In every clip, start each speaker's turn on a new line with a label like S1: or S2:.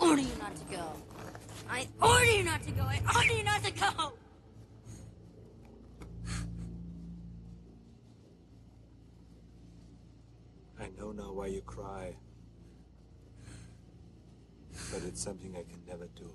S1: order you not to go. I order you not to go. I order you not to go.
S2: I know now why you cry. But it's something I can never do.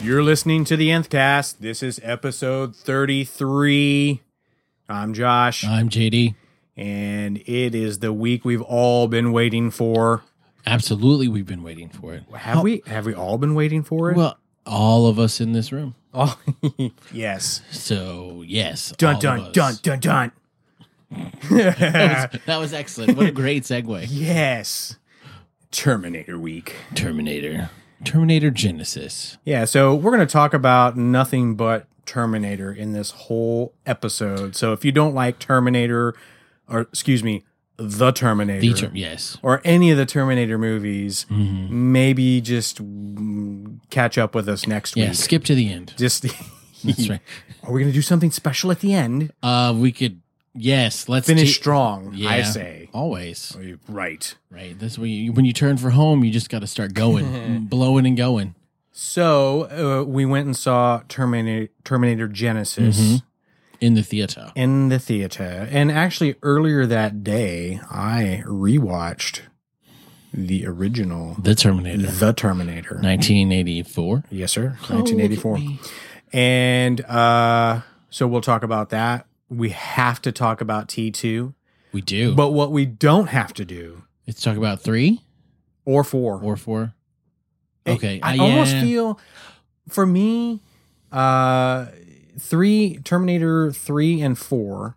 S3: You're listening to the Nth Cast. This is episode 33. I'm Josh,
S4: I'm JD.
S3: and it is the week we've all been waiting for.
S4: Absolutely, we've been waiting for it.
S3: Have we? Have we all been waiting for it?
S4: Oh. Well, all of us in this room.
S3: Oh, yes.
S4: So yes, all
S3: Dun
S4: of
S3: dun
S4: us.
S3: dun dun dun.
S4: That was, that was excellent. What a great segue.
S3: Yes. Terminator week.
S4: Terminator, Terminator Genesis.
S3: Yeah, so we're going to talk about nothing but Terminator in this whole episode. So if you don't like Terminator, or excuse me, the Terminator,
S4: The term, yes,
S3: or any of the Terminator movies,
S4: Mm-hmm.
S3: maybe just mm, catch up with us next
S4: yeah.
S3: week.
S4: Skip to the end.
S3: Just
S4: That's right.
S3: are we going to do something special at the end?
S4: Uh, we could. Yes, let's
S3: Finish
S4: do-
S3: strong,
S4: Yeah,
S3: I say.
S4: always
S3: Right.
S4: right. That's when you when you turn for home, you just got to start going, blowing and going.
S3: So uh, we went and saw Terminator, Terminator Genesis.
S4: Mm-hmm. in the theater.
S3: in the theater. And actually, earlier that day, I rewatched the original
S4: The Terminator,
S3: The Terminator.
S4: 1984.
S3: Yes, sir.
S4: Oh, look at
S3: 1984.
S4: me.
S3: And uh, so we'll talk about that. We have to talk about T2.
S4: We do.
S3: But what we don't have to do,
S4: Let's talk about three
S3: or four.
S4: or four.
S3: It-
S4: Okay,
S3: I
S4: uh,
S3: almost
S4: yeah.
S3: feel, for me, uh, three, Terminator 3 and 4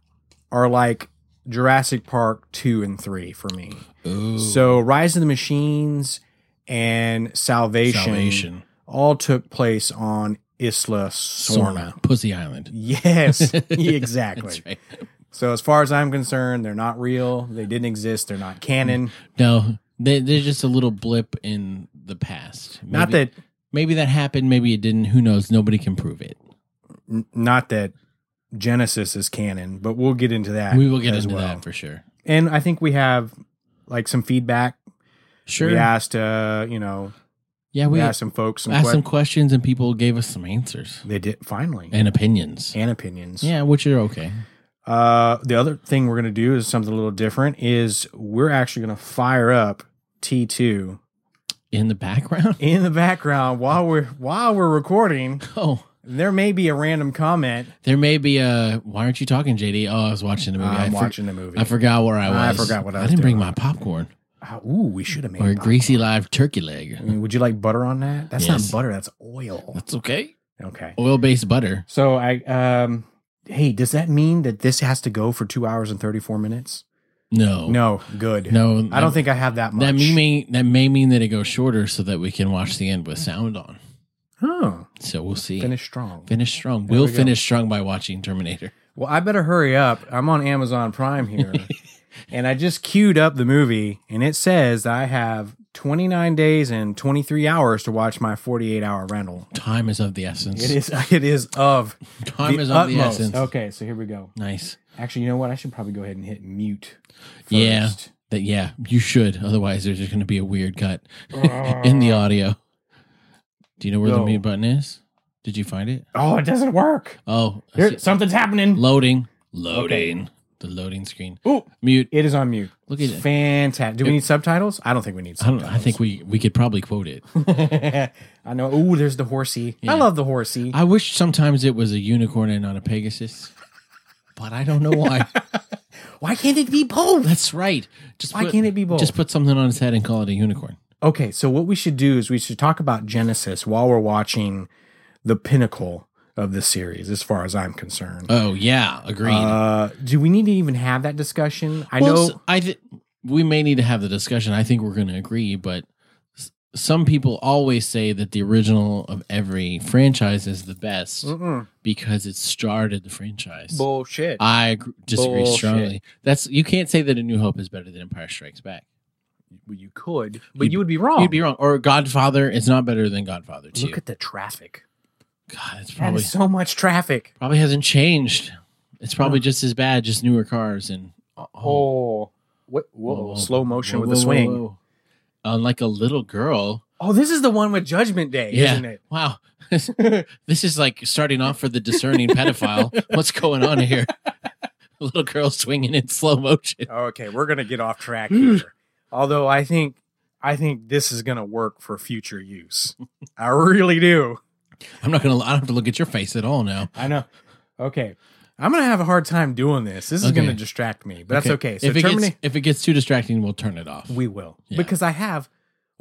S3: are like Jurassic Park 2 and 3 for me.
S4: Ooh.
S3: So Rise of the Machines and Salvation,
S4: Salvation.
S3: all took place on Isla Sorna.
S4: Sorna. Pussy Island.
S3: Yes, exactly.
S4: That's right.
S3: So as far as I'm concerned, they're not real. They didn't exist. They're not canon.
S4: No, they, they're just a little blip in the past. Maybe,
S3: Not that
S4: Maybe that happened. Maybe it didn't. Who knows? Nobody can prove it.
S3: n- not that Genesis is canon, but we'll get into that.
S4: we will get
S3: as
S4: into
S3: well.
S4: that for sure.
S3: And I think we have like some feedback.
S4: Sure.
S3: We
S4: Yeah.
S3: asked uh, you know, we,
S4: we
S3: asked
S4: asked,
S3: some folks some,
S4: some,
S3: questions.
S4: questions and people gave us some answers
S3: They did finally.
S4: and opinions.
S3: and opinions.
S4: yeah, which are okay.
S3: Uh, the other thing we're gonna do is something a little different. Is we're actually gonna fire up T two
S4: In the background.
S3: in the background while we're while we're recording.
S4: Oh,
S3: There may be a random comment.
S4: there may be a. Why aren't you talking, JD? Oh, I was watching the movie. I
S3: I'm
S4: for-
S3: watching the movie.
S4: I forgot where I
S3: I
S4: was.
S3: forgot what I
S4: I
S3: was
S4: didn't bring
S3: doing.
S4: my popcorn
S3: Ah, Ooh, we should have made.
S4: or a
S3: pop-
S4: greasy live turkey
S3: I
S4: leg.
S3: mean, would you like butter on that? That's
S4: Yes.
S3: not butter. That's oil.
S4: That's okay.
S3: Okay.
S4: Oil based butter.
S3: So I um. Hey, does that mean that this has to go for two hours and thirty four minutes?
S4: No,
S3: No, good.
S4: Oh. no.
S3: I don't think I have that much.
S4: that may mean that may mean that it goes shorter so that we can watch the end with sound on.
S3: Oh,
S4: So we'll see.
S3: finish strong.
S4: Finish strong.
S3: There
S4: we'll
S3: we go.
S4: finish strong by watching Terminator.
S3: Well, I better hurry up. I'm on Amazon Prime here. and I just queued up the movie, and it says I have 29 days and 23 hours to watch my 48 hour rental.
S4: Time is of the essence.
S3: It is it is of
S4: Time
S3: the
S4: is of the
S3: utmost.
S4: essence.
S3: Okay, so here we go.
S4: Nice.
S3: Actually, you know what? I should probably go ahead and hit mute. First.
S4: Yeah. That yeah, you should. Otherwise, there's just going to be a weird cut in the audio. Do you know where the
S3: Ah. No.
S4: mute button is? Did you find it?
S3: Oh, it doesn't work.
S4: Oh, I see-
S3: Here, something's happening.
S4: Loading. Loading. The loading screen.
S3: Ooh,
S4: Mute.
S3: it is on mute.
S4: Look at it.
S3: Fantastic. Do we need subtitles? I don't think we need
S4: I don't.
S3: subtitles.
S4: I think we we could probably quote it.
S3: I know. Ooh, there's the horsey. I love the horsey.
S4: I wish sometimes it was a unicorn and not a Pegasus, but I don't know why.
S3: Why can't it be both?
S4: That's right. Just
S3: Why
S4: put-
S3: can't it be both?
S4: Just put something on his head and call it a unicorn.
S3: Okay, so what we should do is we should talk about Genesis while we're watching the pinnacle of the series, as far as I'm concerned.
S4: Oh yeah, agreed.
S3: Uh, do we need to even have that discussion? I
S4: Well,
S3: know.
S4: s- I th- we may need to have the discussion. I think we're going to agree, but s- some people always say that the original of every franchise is the best
S3: Mm-mm.
S4: because it started the franchise.
S3: Bullshit.
S4: I gr- disagree
S3: Bullshit.
S4: strongly. That's you can't say that A New Hope is better than Empire Strikes Back.
S3: Well, you could, but
S4: You'd-
S3: you would be wrong.
S4: You'd be wrong. Or Godfather is not better than Godfather Two.
S3: Look at the traffic.
S4: God, it's
S3: That
S4: probably
S3: is so much traffic.
S4: probably hasn't changed. It's probably just as bad, just newer cars and
S3: Oh, what? Whoa. Slow motion with a swing.
S4: Unlike a little girl.
S3: Oh, this is the one with Judgment Day,
S4: Yeah.
S3: isn't it?
S4: Wow. this is like starting off for the discerning pedophile. What's going on here? A little girl swinging in slow motion.
S3: Okay, we're gonna get off track here. Although I think I think this is gonna work for future use. I really do.
S4: I'm not going to, I don't have to look at your face at all now.
S3: I know. Okay. I'm gonna have a hard time doing this. This is
S4: Okay.
S3: gonna distract me, but that's okay. So
S4: if, it
S3: Terminator,
S4: gets, if it gets too distracting, we'll turn it off.
S3: we will
S4: Yeah.
S3: because I have.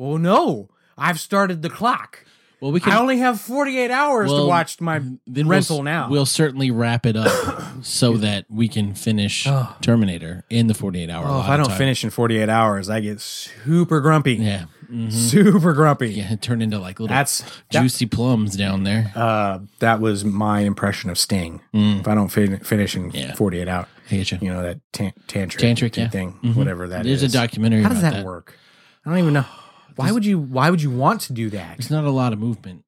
S3: Oh no, I've started the clock.
S4: well, we can.
S3: I only have 48 hours to
S4: Well,
S3: watch my
S4: then we'll
S3: rental
S4: s-
S3: now.
S4: We'll certainly wrap it up so that we can finish
S3: Oh.
S4: Terminator in the 48
S3: oh,
S4: hour.
S3: if
S4: allotted
S3: I don't
S4: time.
S3: finish in 48 hours, I get super grumpy.
S4: yeah, Mhm.
S3: Super grumpy.
S4: yeah, it turned into like little
S3: That's that-
S4: juicy plums down there.
S3: uh, that was my impression of Sting.
S4: Mm.
S3: If I don't fin- finish in
S4: Yeah.
S3: 48 out,
S4: I get you.
S3: you know, that tan- tantric,
S4: Tantric, yeah.
S3: thing,
S4: Mhm.
S3: whatever that is.
S4: There's a documentary.
S3: How does
S4: about
S3: that, work? I don't even know. Why would you? Why would you want to do that?
S4: There's not a lot of movement.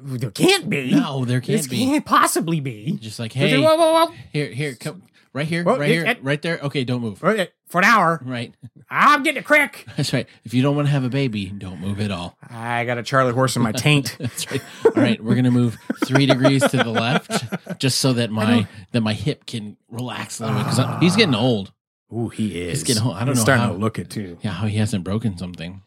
S3: There can't be.
S4: No, there
S3: this
S4: can't be.
S3: can't possibly be.
S4: Just like
S3: Just
S4: hey,
S3: whoa, whoa, whoa.
S4: here, here, come right here,
S3: Well,
S4: right
S3: it-
S4: here,
S3: it-
S4: right there. Okay, don't move.
S3: For, for an hour,
S4: Right,
S3: I'm getting a crick.
S4: that's right. If you don't want to have a baby, don't move at all.
S3: I got a Charlie horse in my taint.
S4: That's right. All right, we're gonna move three degrees to the left, just so that my that my hip can relax a little bit
S3: Ah.
S4: because he's getting old.
S3: Ooh, he is.
S4: getting old. I don't
S3: He's
S4: know
S3: starting
S4: how-
S3: to look it too.
S4: Yeah, how he hasn't broken something.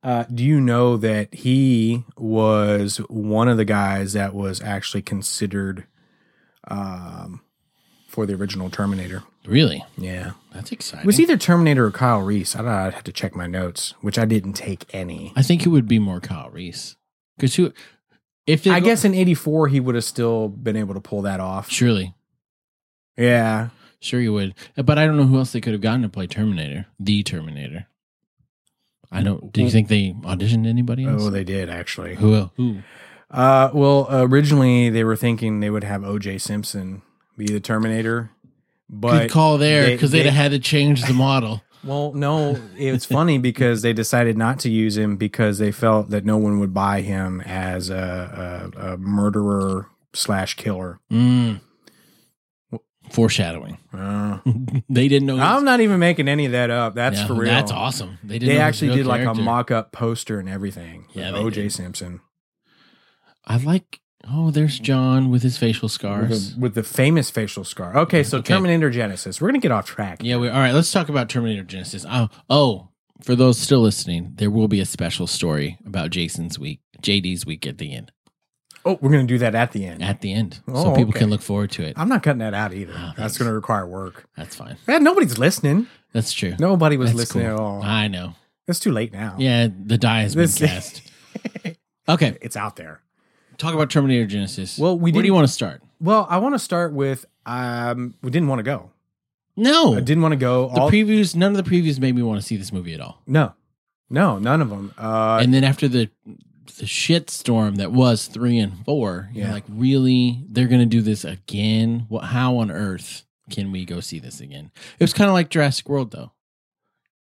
S3: Uh, do you know that he was one of the guys that was actually considered um, for the original Terminator?
S4: Really,
S3: Yeah.
S4: that's exciting.
S3: It was either Terminator or Kyle Reese. I don't know. I'd have to check my notes, which I didn't take any.
S4: I think it would be more Kyle Reese because who? If they
S3: I
S4: go-
S3: guess in 84, he would have still been able to pull that off.
S4: surely,
S3: Yeah.
S4: sure you would. But I don't know who else they could have gotten to play Terminator, the Terminator. I don't. Do you think they auditioned anybody else?
S3: Oh, they did actually.
S4: who? el- Who?
S3: Uh, well, originally they were thinking they would have O.J. Simpson be the Terminator, but
S4: Good call there
S3: they-
S4: because they'd
S3: they-
S4: have had to change the model.
S3: Well, no, it's funny because they decided not to use him because they felt that no one would buy him as a, a, a murderer slash killer.
S4: Mm. Foreshadowing.
S3: Uh,
S4: they didn't know. he was-
S3: I'm not even making any of that up. That's
S4: Yeah,
S3: for real.
S4: That's awesome. They didn't
S3: They
S4: know his
S3: actually
S4: real
S3: did like a
S4: character.
S3: mock up poster and everything. with
S4: Yeah, they
S3: OJ
S4: did.
S3: Simpson
S4: I like. Oh, there's John with his facial
S3: with
S4: scars.
S3: the, with the famous facial scar. Okay, so
S4: Okay.
S3: Terminator Genesis. We're gonna get off track.
S4: Yeah, we all right. Let's talk about Terminator Genesis. Oh, oh, for those still listening, there will be a special story about Jason's week, JD's week at the end.
S3: Oh, we're gonna do that at the end.
S4: At the end, so
S3: Oh,
S4: people
S3: okay.
S4: can look forward to it.
S3: I'm not cutting that out either.
S4: Oh,
S3: That's
S4: thanks.
S3: gonna require work.
S4: That's fine.
S3: Man, nobody's listening.
S4: That's true.
S3: Nobody was
S4: That's
S3: listening
S4: cool.
S3: at all.
S4: I know.
S3: it's too late now.
S4: Yeah, the die has been
S3: This-
S4: cast. okay,
S3: It's out there.
S4: talk about Terminator Genesis.
S3: Well, we
S4: where do you
S3: didn't-
S4: want to start?
S3: Well, I want to start with um, we didn't want to go.
S4: No,
S3: I didn't want to go.
S4: the
S3: All
S4: previews. None of the previews made me want to see this movie at all.
S3: no, no, none of them. Uh,
S4: and then after the the shit storm that was three and four, you're
S3: Yeah.
S4: like, really? They're gonna do this again? What? How on earth can we go see this again? It was kind of like Jurassic World, though.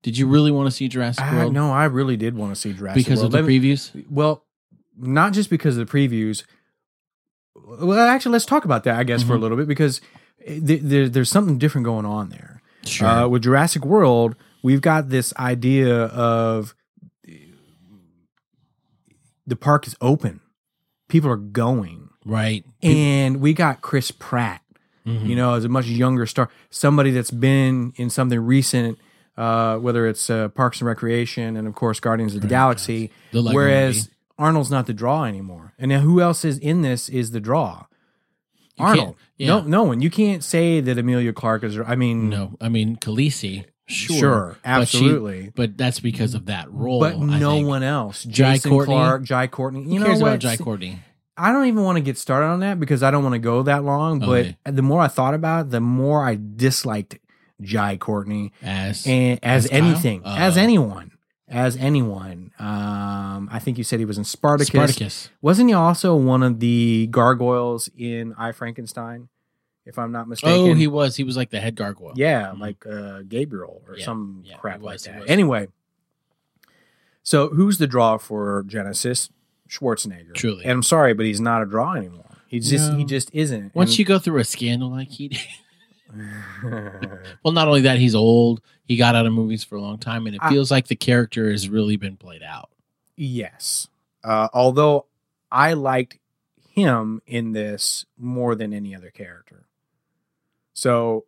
S4: Did you really want to see Jurassic
S3: I,
S4: World?
S3: Ah, no, I really did want to see Jurassic
S4: because
S3: World.
S4: of
S3: Let
S4: the
S3: me-
S4: previews.
S3: well, not just because of the previews. Well, actually, let's talk about that, I guess,
S4: Mm-hmm.
S3: for a little bit because eh, th- there, there's something different going on there.
S4: Sure.
S3: Uh, with Jurassic World, we've got this idea of the park is open, people are going.
S4: right.
S3: and we got Chris Pratt,
S4: Mm-hmm.
S3: you know, as a much younger star, somebody that's been in something recent, uh, whether it's uh, Parks and Recreation and of course Guardians of the Galaxy.
S4: The Lego
S3: whereas
S4: Movie.
S3: Arnold's not the draw anymore, and now who else is in this is the draw? Arnold.
S4: yeah.
S3: No, no one. You can't say that Amelia Clark is. I mean,
S4: No, I mean Khaleesi. Sure,
S3: Hmm. Sure,
S4: But she-
S3: absolutely.
S4: But, that's because of that role.
S3: but
S4: I
S3: no
S4: think.
S3: one else.
S4: Jai
S3: Jason
S4: Courtney?
S3: Clark, Jai Courtney. You
S4: Who
S3: know
S4: cares
S3: what?
S4: about Jai Courtney.
S3: I don't even want to get started on that because I don't want to go that long. But
S4: Okay.
S3: the more I thought about it, the more I disliked Jai Courtney
S4: As
S3: and as,
S4: As Kyle?
S3: anything,
S4: Uh,
S3: as anyone. as anyone. Um, I think you said he was in
S4: Spartacus.
S3: Spartacus. Wasn't he also one of the gargoyles in I Frankenstein? If I'm not mistaken.
S4: Oh, he was. He was like the head gargoyle.
S3: Yeah,
S4: Mhm.
S3: like uh, Gabriel or
S4: Yeah,
S3: some
S4: yeah,
S3: crap
S4: it
S3: like
S4: was, it
S3: that.
S4: was.
S3: Anyway, so who's the draw for Genesis? Schwarzenegger.
S4: Truly.
S3: and I'm sorry, but he's not a draw anymore. He just
S4: No.
S3: he just isn't.
S4: Once you go through a scandal like he did, well, not only that, he's old. He got out of movies for a long time, and it
S3: I-
S4: feels like the character has really been played out.
S3: yes, uh, although I liked him in this more than any other character. So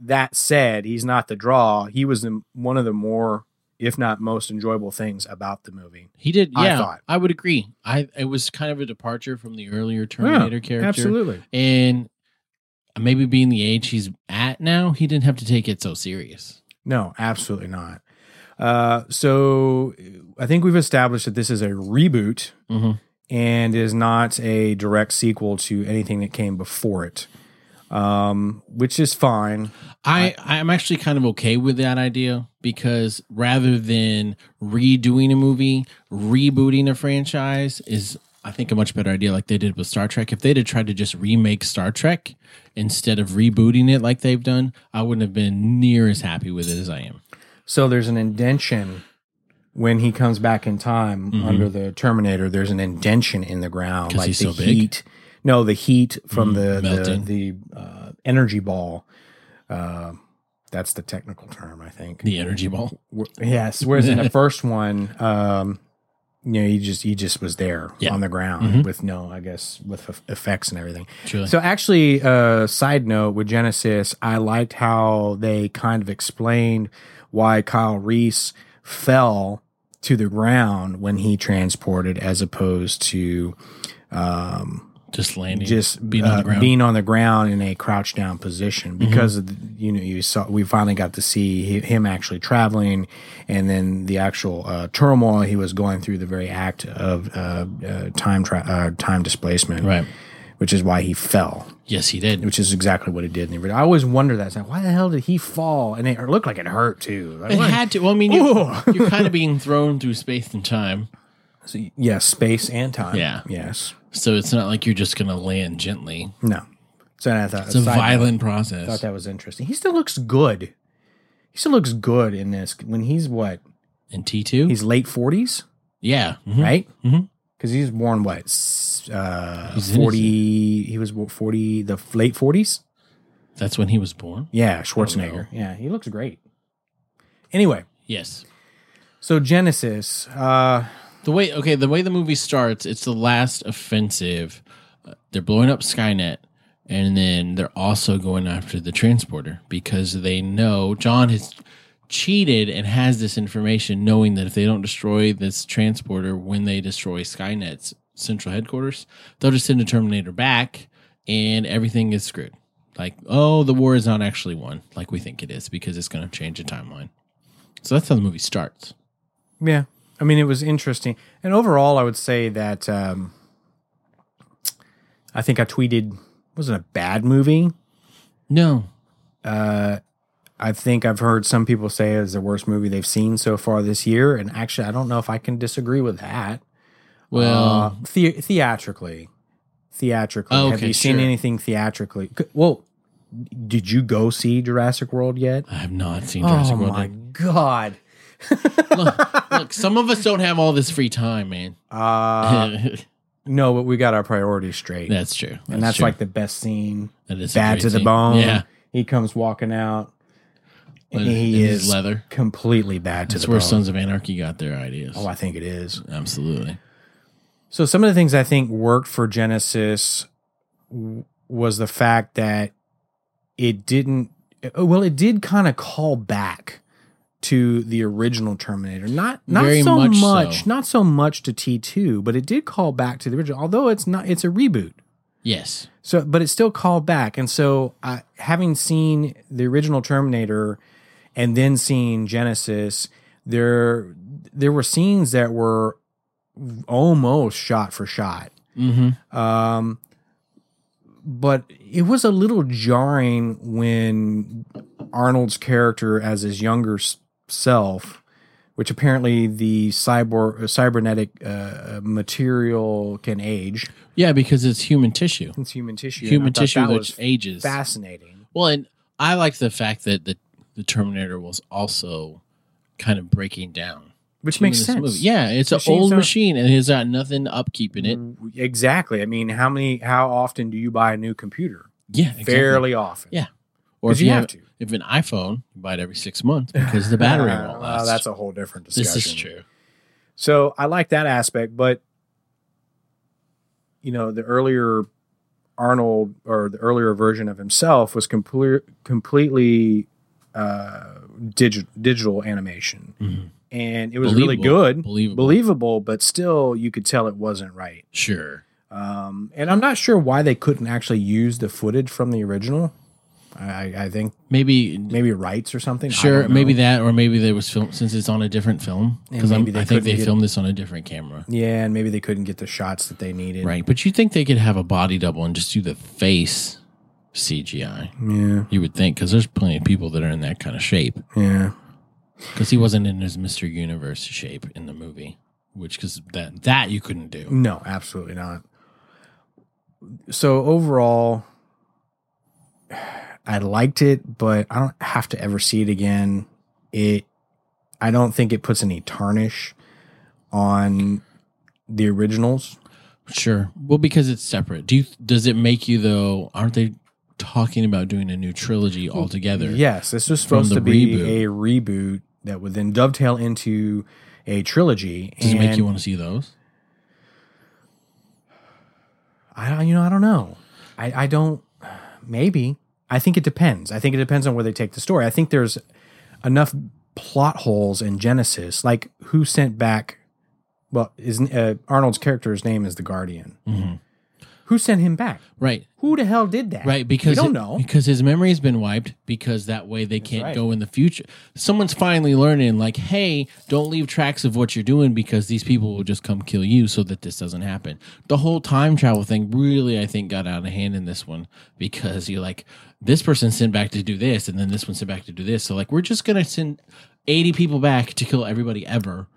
S3: that said, he's not the draw. He was the, one of the more, if not most enjoyable things about the movie.
S4: He did.
S3: I
S4: Yeah, I,
S3: thought.
S4: would agree. I it was kind of a departure from the earlier Terminator character,
S3: Absolutely.
S4: and maybe being the age he's at now, he didn't have to take it so serious.
S3: No, absolutely not. Uh, so I think we've established that this is a reboot
S4: Mhm.
S3: and is not a direct sequel to anything that came before it, um, which is fine.
S4: I I'm actually kind of okay with that idea because rather than redoing a movie, rebooting a franchise is I think a much better idea like they did with Star Trek. If they'd have tried to just remake Star Trek instead of rebooting it like they've done, I wouldn't have been near as happy with it as I am.
S3: So there's an indention when he comes back in time
S4: Mhm.
S3: under the Terminator. There's an indention in the ground,
S4: 'Cause
S3: like
S4: he's
S3: the
S4: so big?
S3: heat. No, the heat from
S4: Mm,
S3: the
S4: melting.
S3: the, the uh, energy ball. Uh, that's the technical term, I think.
S4: The energy ball.
S3: Wh- Yes. Whereas in the first one, um, you know, he just he just was there
S4: Yeah.
S3: on the ground
S4: Mhm.
S3: with no, I guess, with eff- effects and everything.
S4: Truly.
S3: So actually, uh, side note with Genesis, I liked how they kind of explained why Kyle Reese fell to the ground when he transported, as opposed to um,
S4: just landing.
S3: just
S4: being on the
S3: uh,
S4: ground. Mm-hmm.
S3: being on the ground in a crouched down position because of the, you know you saw we finally got to see hi- him actually traveling and then the actual uh, turmoil he was going through the very act of uh, uh, time tra- uh, time displacement
S4: right.
S3: which is why he fell
S4: Yes, he did.
S3: which is exactly what it did in the original. I always wonder that it's like why the hell did he fall and it looked like it hurt too Like,
S4: It
S3: what-
S4: had to. Well, I mean, you,
S3: Ooh.
S4: you're kind of being thrown through space and time,
S3: So, yes space and time
S4: Yeah.
S3: yes
S4: so it's not like you're just going to land gently.
S3: no so I thought
S4: It's a
S3: side note.
S4: violent
S3: I thought
S4: process.
S3: that was interesting. He still looks good. He still looks good in this when he's what?
S4: And T two,
S3: He's late 40s,
S4: yeah, mhm.
S3: right?
S4: Mhm.
S3: Cuz he's born what? s- Uh
S4: He's
S3: 40 he was what, 40 the f- late 40s?
S4: That's when he was born.
S3: Yeah, Schwarzenegger. Yeah, he looks great. Anyway,
S4: Yes.
S3: so Genesis uh
S4: The way okay, the way the movie starts, it's the last offensive. Uh, They're blowing up Skynet, and then they're also going after the transporter because they know John has cheated and has this information, knowing that if they don't destroy this transporter when they destroy Skynet's central headquarters, they'll just send a Terminator back, and everything is screwed. Like, oh, the war is not actually won, like we think it is, because it's going to change the timeline. So that's how the movie starts.
S3: yeah, I mean it was interesting. And overall I would say that um I think I tweeted it wasn't a bad movie.
S4: No,
S3: uh, I think I've heard some people say it's the worst movie they've seen so far this year, and actually, I don't know if I can disagree with that.
S4: well,
S3: Uh, the- theatrically, theatrically,
S4: Oh,
S3: have
S4: okay,
S3: you seen
S4: sure.
S3: anything theatrically? C- Well, did you go see Jurassic World yet?
S4: I have not seen Jurassic
S3: oh
S4: World.
S3: my god!
S4: look, look, some of us don't have all this free time, man.
S3: Uh, no, but we got our priorities straight,
S4: that's true. That's
S3: and that's
S4: true.
S3: like the best scene.
S4: that is a
S3: Bad
S4: great
S3: to the
S4: scene.
S3: bone.
S4: Yeah,
S3: He comes walking out.
S4: but
S3: and he
S4: it is
S3: is
S4: leather.
S3: completely bad to
S4: That's
S3: the
S4: where
S3: bone.
S4: Sons of Anarchy got their ideas.
S3: oh, I think it is.
S4: Absolutely.
S3: So some of the things I think worked for Genesis w- was the fact that it didn't uh, well it did kind of call back to the original Terminator. Not not
S4: Very
S3: so
S4: much
S3: much,
S4: so.
S3: not so much to T2, but it did call back to the original. Although it's not it's a reboot.
S4: Yes.
S3: So, but it's still called back. And so, I having seen the original Terminator and then seeing Genesis, there there were scenes that were almost shot for shot.
S4: Mm-hmm.
S3: Um, but it was a little jarring when Arnold's character as his younger s- self which apparently the cyber uh, cybernetic uh, material can age.
S4: Yeah, because it's human tissue.
S3: It's human tissue. and I
S4: human
S3: thought
S4: tissue
S3: that
S4: which
S3: was
S4: ages.
S3: fascinating.
S4: Well, and I like the fact that the, the Terminator was also kind of breaking down.
S3: Which makes
S4: in this
S3: sense.
S4: movie. Yeah, it's an
S3: Machines
S4: old
S3: are-
S4: machine and it's got nothing upkeeping it.
S3: Exactly. I mean, how many? How often do you buy a new computer?
S4: Yeah, exactly.
S3: Fairly often.
S4: Yeah. Or
S3: Because
S4: if
S3: you, have, to.
S4: if an iPhone, you buy it every six months because the battery
S3: Uh,
S4: won't
S3: well,
S4: last.
S3: that's a whole different discussion.
S4: this is true.
S3: So I like that aspect, but you know, the earlier Arnold or the earlier version of himself was complete, completely uh, digi- digital animation,
S4: Mhm.
S3: and it was really
S4: Believable.
S3: good,
S4: Believable.
S3: believable, but still you could tell it wasn't right.
S4: Sure.
S3: Um, and I'm not sure why they couldn't actually use the footage from the original. I, I think
S4: Maybe.
S3: maybe rights or something. I
S4: Sure,
S3: don't know.
S4: maybe that, or maybe they was filmed since it's on a different film.
S3: And
S4: Because I
S3: maybe they
S4: think they
S3: couldn't get-
S4: filmed this on a different camera,
S3: Yeah, and maybe they couldn't get the shots that they needed.
S4: right? But you think they could have a body double and just do the face CGI?
S3: Yeah.
S4: You would think, because there's plenty of people that are in that kind of shape.
S3: Yeah.
S4: Because he wasn't in his Mister Universe shape in the movie, which because that that you couldn't do.
S3: No, absolutely not. So overall, I liked it, but I don't have to ever see it again. It, I don't think it puts any tarnish on the originals.
S4: Sure. Well, because it's separate. Do you, does it make you though? Aren't they talking about doing a new trilogy altogether?
S3: Yes, this was
S4: From
S3: supposed
S4: the
S3: to be
S4: reboot.
S3: a reboot that would then dovetail into a trilogy.
S4: Does it make
S3: and
S4: you want to see those?
S3: I don't, you know, I don't know. I, I don't, maybe. I think it depends. I think it depends on where they take the story. I think there's enough plot holes in Genesis. Like, who sent back, well, is uh, Arnold's character's name is the Guardian.
S4: Mhm.
S3: Who sent him back?
S4: Right.
S3: Who the hell did that?
S4: Right,
S3: we
S4: because
S3: don't
S4: it-
S3: know.
S4: because his memory has been wiped. Because that way they can't
S3: right.
S4: go in the future. Someone's finally learning, like, hey, don't leave tracks of what you're doing because these people will just come kill you, so that this doesn't happen. The whole time travel thing really, I think, got out of hand in this one because you're like, this person sent back to do this, and then this one sent back to do this. So like, we're just gonna send eighty people back to kill everybody ever,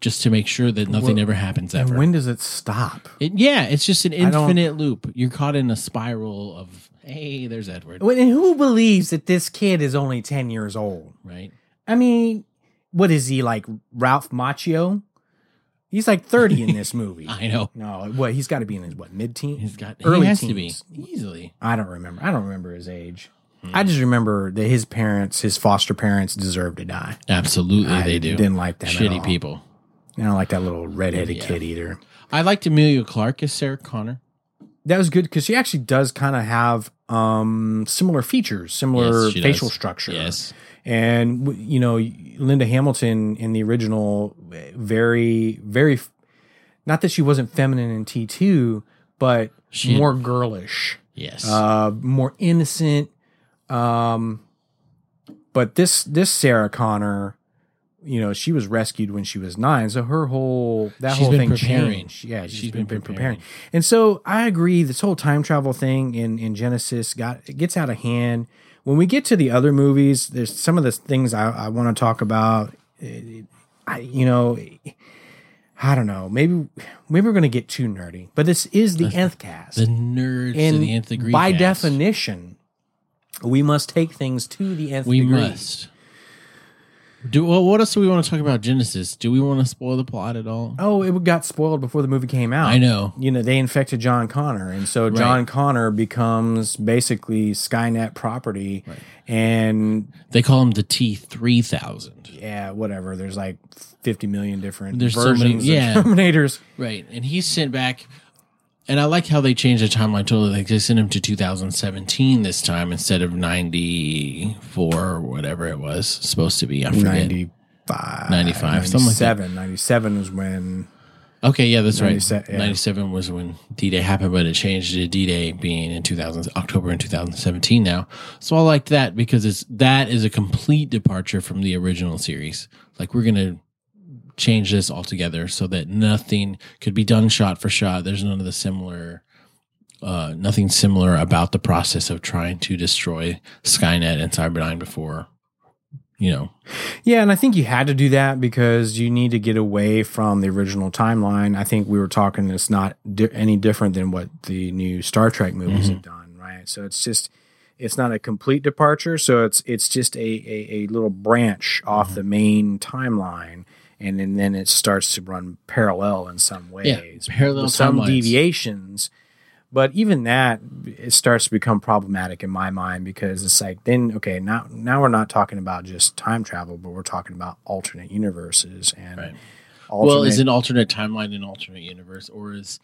S4: just to make sure that nothing
S3: Well,
S4: ever happens
S3: And
S4: ever.
S3: when does it stop?
S4: It- yeah, it's just an
S3: I don't-
S4: infinite loop. You're caught in a spiral of hey, there's Edward.
S3: When, and who believes that this kid is only 10 years old?
S4: Right.
S3: I mean, what is he like, Ralph Macchio? He's like 30 in this movie.
S4: I know.
S3: No, well, he's got to be in his what mid teen?
S4: He's got
S3: Early
S4: he has
S3: teens.
S4: to be Hmm. easily.
S3: I don't remember. I don't remember his age. I just remember that his parents, his foster parents, deserve to die.
S4: Absolutely,
S3: I
S4: they do.
S3: Didn't like that.
S4: Shitty people.
S3: I don't like that little redheaded
S4: Yeah.
S3: kid either.
S4: I liked Amelia Clark as Sarah Connor.
S3: That was good because she actually does kind of have um similar features, similar
S4: Yes, she does.
S3: facial structure.
S4: Yes,
S3: and w- you know Linda Hamilton in the original very very f- not that she wasn't feminine in T2 but
S4: She-
S3: more girlish
S4: yes.
S3: uh more innocent um but this this Sarah Connor you know she was rescued when she was 9 so her whole that
S4: She's
S3: whole
S4: been
S3: thing
S4: preparing.
S3: changed yeah
S4: She's been preparing.
S3: and so I agree this whole time travel thing in in Genesis got it gets out of hand when we get to the other movies there's some of the things I, I want to talk about It- it- I you know I don't know maybe maybe we're going to get too nerdy but this is the nth cast
S4: the nerds to
S3: and
S4: the nth degree.
S3: by
S4: cast.
S3: definition, we must take things to the nth
S4: we
S3: degree.
S4: must. Do well, what else do we want to talk about? Genesis. Do we want to spoil the plot at all?
S3: Oh, it got spoiled before the movie came out.
S4: I know.
S3: You know, they infected John Connor, and so John Connor becomes basically Skynet property, and
S4: They call him the T three thousand.
S3: yeah, whatever. There's like 50 million different
S4: There's so
S3: versions
S4: many- yeah.
S3: of Terminators.
S4: Right, and he's sent back. And I like how they changed the timeline totally. Like they sent him to 2017 this time instead of 94 or whatever it was supposed to be. I forget.
S3: 95,
S4: 95, something like that.
S3: 97. 97 was when
S4: Okay, yeah, that's right.
S3: 97, yeah.
S4: 97 was when D Day happened, but it changed to D Day being in 2000, October in 2017 now. So I liked that because it's that is a complete departure from the original series. Like, we're going to change this altogether so that nothing could be done shot for shot. There's none of the similar, uh, nothing similar about the process of trying to destroy Skynet and Cyberdyne before you know,
S3: Yeah, and I think you had to do that because you need to get away from the original timeline. I think we were talking it's not di- any different than what the new Star Trek movies
S4: Mm-hmm.
S3: have done, right? So it's just it's not a complete departure, so it's it's just a a, a little branch
S4: Mm-hmm.
S3: off the main timeline. And, then then it starts to run parallel in some ways,
S4: parallel
S3: with some
S4: timelines.
S3: deviations. But even that, it starts to become problematic in my mind because it's like then okay now now we're not talking about just time travel, but we're talking about alternate universes and
S4: Right.
S3: alternate,
S4: well, is an alternate timeline an alternate universe, or is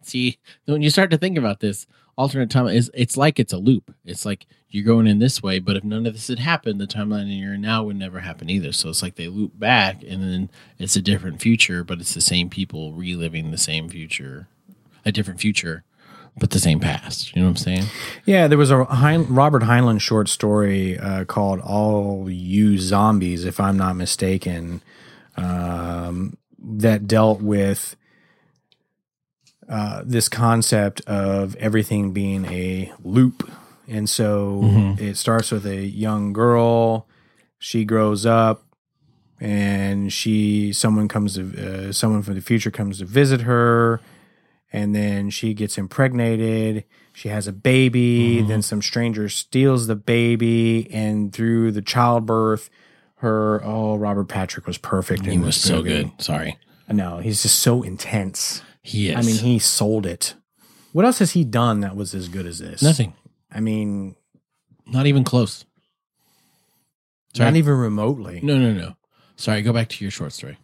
S4: see when you start to think about this, alternate time is it's like it's a loop. It's like you're going in this way, but if none of this had happened, the timeline you're in now would never happen either. So it's like they loop back, and then it's a different future, but it's the same people reliving the same future, a different future, but the same past. You know what I'm saying?
S3: yeah. There was a hein- Robert Heinlein short story uh, called "All You Zombies," if I'm not mistaken, um, that dealt with uh, this concept of everything being a loop. And so
S4: Mhm.
S3: it starts with a young girl. She grows up, and she someone comes to uh, someone from the future comes to visit her, and then she gets impregnated. She has a baby.
S4: Mm-hmm.
S3: Then some stranger steals the baby, and through the childbirth, her oh Robert Patrick was perfect.
S4: He
S3: in
S4: was
S3: this
S4: so
S3: movie.
S4: good. Sorry.
S3: No, he's just so intense.
S4: He is.
S3: I mean, he sold it. What else has he done that was as good as this?
S4: nothing.
S3: I mean,
S4: Not even close. Sorry.
S3: not even remotely.
S4: No, no, no. Sorry. Go back to your short story.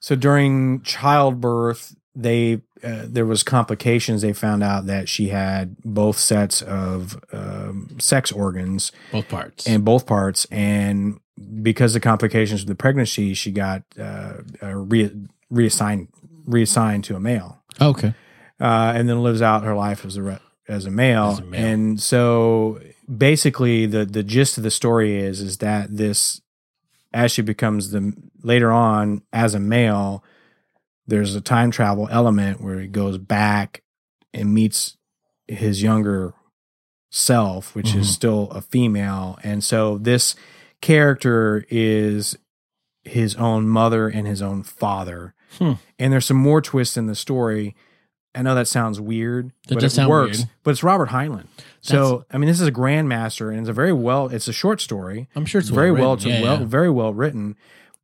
S3: So during childbirth, they uh, there was complications. They found out that she had both sets of um, sex organs
S4: Both parts.
S3: in both parts, and because of complications from the pregnancy, she got uh, uh, re- reassigned reassigned to a male.
S4: Oh, okay.
S3: uh, and then lives out her life as a re- as a male.
S4: As a male.
S3: And so basically, the the gist of the story is is that this as she becomes the later on as a male, there's a time travel element where he goes back and meets his younger self, which
S4: Mhm.
S3: is still a female, and so this character is his own mother and his own father.
S4: Hmm.
S3: And there's some more twists in the story. I know that sounds weird,
S4: That
S3: but
S4: does
S3: it
S4: sound
S3: works.
S4: weird.
S3: But it's Robert Heinlein.
S4: That's-
S3: So I mean, this is a grandmaster, and it's a very well. It's a short story.
S4: I'm sure it's
S3: It's very well,
S4: written. Yeah,
S3: well,
S4: yeah.
S3: very well written.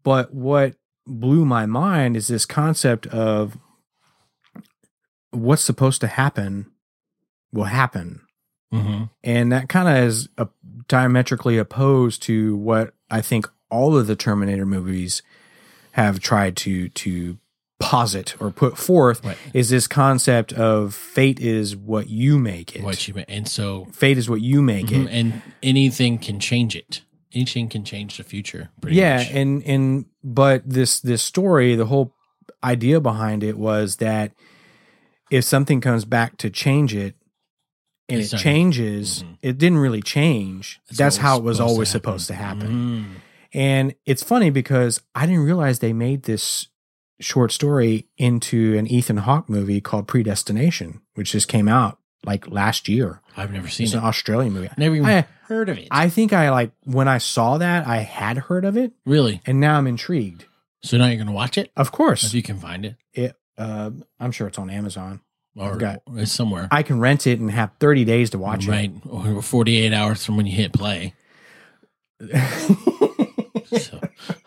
S3: But what blew my mind is this concept of what's supposed to happen will happen
S4: Mhm.
S3: and that kind of is uh diametrically opposed to what I think all of the Terminator movies have tried to to posit or put forth
S4: Right.
S3: is this concept of fate is what you make it.
S4: What you meant. And so,
S3: fate is what you make
S4: mhm,
S3: it.
S4: and anything can change it. Anything can change the future. Pretty
S3: yeah,
S4: much.
S3: and and but this this story, the whole idea behind it was that if something comes back to change it and
S4: It's
S3: it
S4: not-
S3: changes,
S4: Mhm.
S3: it didn't really change. That's,
S4: what
S3: how it was always supposed to happen.
S4: Mm.
S3: And it's funny because I didn't realize they made this short story into an Ethan Hawke movie called Predestination, which just came out like last year.
S4: I've never seen
S3: It's
S4: it.
S3: an Australian movie.
S4: Never even
S3: I-
S4: heard of it.
S3: I think I like when I saw that, I had heard of it,
S4: really?
S3: and now I'm intrigued.
S4: So now you're going to watch it?
S3: Of
S4: If
S3: course,
S4: you can find it.
S3: it, uh, I'm sure it's on Amazon.
S4: Or
S3: got-
S4: it's somewhere.
S3: I can rent it and have 30 days to watch
S4: right. Or 48 hours from when you hit play.
S3: it.
S4: So,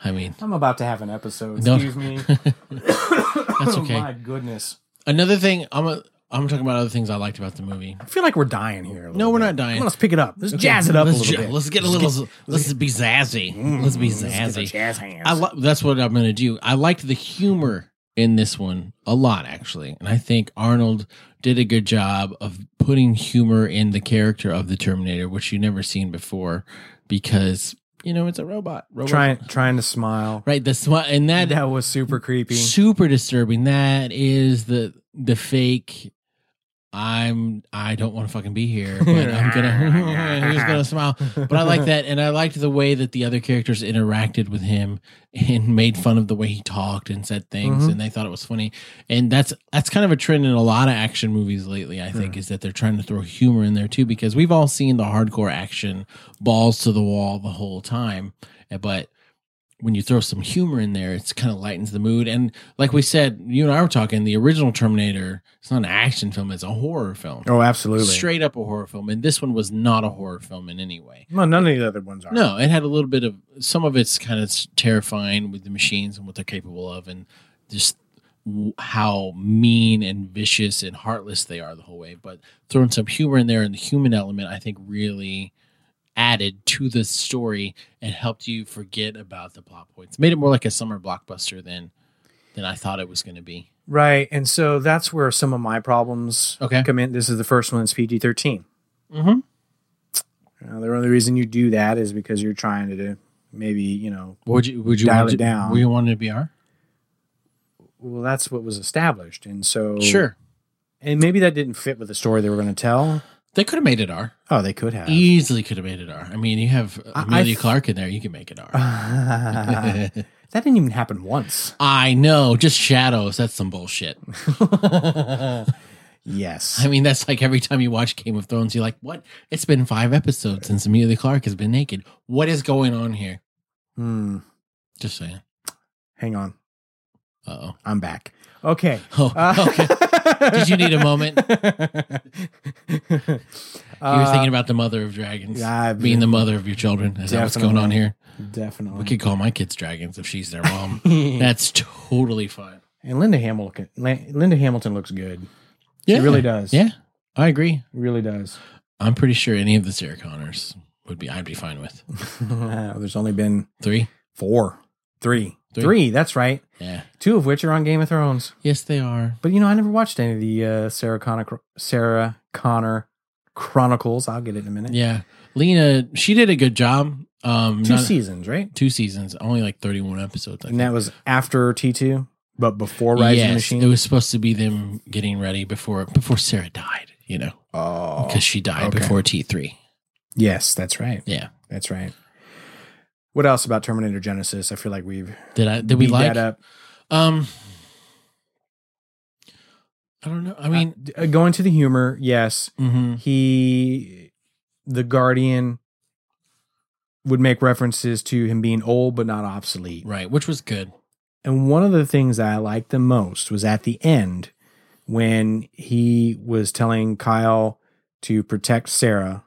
S4: I mean,
S3: I'm about to have an episode.
S4: No.
S3: Excuse me. That's
S4: okay.
S3: My goodness.
S4: another thing, I'm a, I'm talking about other things I liked about the movie.
S3: I feel like we're dying here. a little
S4: No, we're
S3: bit.
S4: not dying.
S3: Come on, let's pick it up. Let's jazz it up
S4: let's
S3: a little
S4: ju-
S3: bit. Mm.
S4: Let's get a little. Let's, be zazzy. let's be zazzy.
S3: jazz hands.
S4: I lo- that's what I'm gonna do. I liked the humor in this one a lot, actually, and I think Arnold did a good job of putting humor in the character of the Terminator, which you never seen before, because you know it's a robot. robot.
S3: trying trying to smile.
S4: right? The smi- and that Mm,
S3: That was super creepy.
S4: super disturbing. That is the the fake I'm I don't want to fucking be here, but I'm gonna he's gonna smile. But I like that, and I liked the way that the other characters interacted with him and made fun of the way he talked and said things,
S3: Mhm.
S4: and they thought it was funny. And that's that's kind of a trend in a lot of action movies lately. I think is that they're trying to throw humor in there too, because we've all seen the hardcore action balls to the wall the whole time, Eh, but when you throw some humor in there, it's kind of lightens the mood. And like we said, you and I were talking, the original Terminator, it's not an action film, it's a horror film.
S3: Oh, absolutely.
S4: Straight up a horror film. And this one was not a horror film in any way.
S3: No, none of the other ones are.
S4: No, it had a little bit of some of it's kind of terrifying with the machines and what they're capable of, and just w- how mean and vicious and heartless they are the whole way. But throwing some humor in there and the human element, I think, really added to the story and helped you forget about the plot points. Made it more like a summer blockbuster than than I thought it was going to be.
S3: Right. And so that's where some of my problems
S4: Okay.
S3: come in. This is the first one that's PG 13.
S4: Mhm.
S3: Uh, the only reason you do that is because you're trying to do maybe, you know,
S4: Would you would you
S3: Dial
S4: want
S3: it
S4: to,
S3: down.
S4: Would you want it to be R?
S3: well, that's what was established. And so,
S4: Sure,
S3: And maybe that didn't fit with the story they were going to tell.
S4: they could have made it R.
S3: Oh, they could have.
S4: Easily could have made it R. I mean, you have
S3: I- I
S4: Amelia
S3: th-
S4: Clark in there. You can make it R.
S3: that didn't even happen once.
S4: I know, just shadows. That's some bullshit.
S3: Yes.
S4: I mean, that's like every time you watch Game of Thrones, you're like, what? It's been five episodes since Amelia Clark has been naked. What is going on here?
S3: Hmm.
S4: Just saying.
S3: Hang on.
S4: Uh
S3: I'm back. Okay.
S4: oh.
S3: Uh,
S4: okay. Did you need a moment? You were
S3: Uh,
S4: thinking about the mother of dragons
S3: yeah, I've
S4: being
S3: been-
S4: the mother of your children. Is that what's going on
S3: Definitely.
S4: here?
S3: Uh, Definitely.
S4: We could call my kids dragons if she's their mom. that's totally fine.
S3: and Linda Hamilton. Lin- Linda Hamilton looks good. She really does.
S4: Yeah, I agree.
S3: Really does.
S4: I'm pretty sure any of the Sarah Connors would be, I'd be fine with.
S3: Uh, There's only been
S4: Three?
S3: four, three,
S4: Three.
S3: three. That's right.
S4: Yeah.
S3: Two of which are on Game of Thrones.
S4: Yes, they are.
S3: But you know, I never watched any of the uh, Sarah Connor Sarah Connor Chronicles. I'll get it in a minute.
S4: Yeah. Lena, she did a good job. Um
S3: Two
S4: not-
S3: seasons, right?
S4: two seasons, only like 31 episodes. I
S3: And
S4: think.
S3: that was after T two, but before Rise of the
S4: Yes,
S3: Machine.
S4: It was supposed to be them getting ready before before Sarah died, you know,
S3: oh,
S4: because she died
S3: okay.
S4: before T3.
S3: yes, that's right.
S4: Yeah.
S3: That's right. What else about Terminator Genesis? I feel like we've
S4: Did I did we
S3: beat
S4: like
S3: that up.
S4: um I don't know. I mean,
S3: Uh, going to the humor, yes.
S4: mhm.
S3: he the guardian would make references to him being old but not obsolete
S4: right, which was good.
S3: and one of the things that i liked the most was at the end when he was telling kyle to protect sarah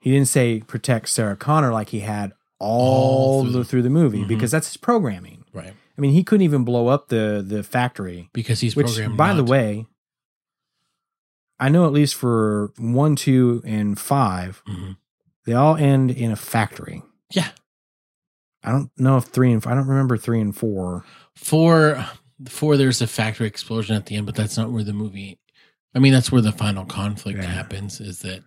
S3: he didn't say protect sarah connor like he had all,
S4: All through
S3: the,
S4: the-
S3: through the movie
S4: Mhm.
S3: because that's his programming
S4: Right.
S3: i mean he couldn't even blow up the the factory
S4: Because he's
S3: which,
S4: programmed
S3: by the
S4: not-
S3: way, I know at least for one, two, and five,
S4: Mhm.
S3: they all end in a factory.
S4: Yeah.
S3: I don't know if three and I don't remember three and four.
S4: Four, four. There's a factory explosion at the end, but that's not where the movie. I mean, that's where the final conflict
S3: Yeah.
S4: happens. Is that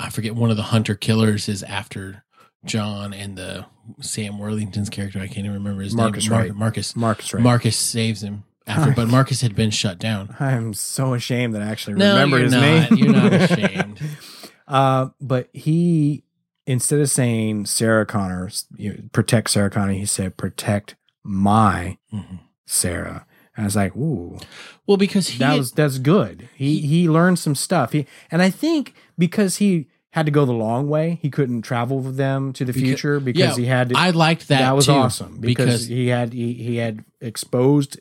S4: I forget one of the hunter killers is after John and the Sam Worthington's character. I can't even remember his
S3: Marcus
S4: name. Mar-
S3: Wright.
S4: Marcus.
S3: Mark's right.
S4: Marcus saves him after, but Marcus had been shut down.
S3: I'm so ashamed that I actually
S4: No,
S3: remember
S4: you're
S3: his
S4: not.
S3: name.
S4: You're not ashamed.
S3: uh, but he, instead of saying Sarah Connor, you know, protect Sarah Connor, he said protect my
S4: Mhm.
S3: Sarah. And I was like, ooh.
S4: Well, because he
S3: that
S4: had-
S3: was that's good. He, he learned some stuff. He and I think because he had to go the long way, he couldn't travel with them to the
S4: Because-
S3: future because
S4: yeah,
S3: he had to,
S4: I liked that.
S3: that, was
S4: too,
S3: awesome because,
S4: because
S3: he had he, he had exposed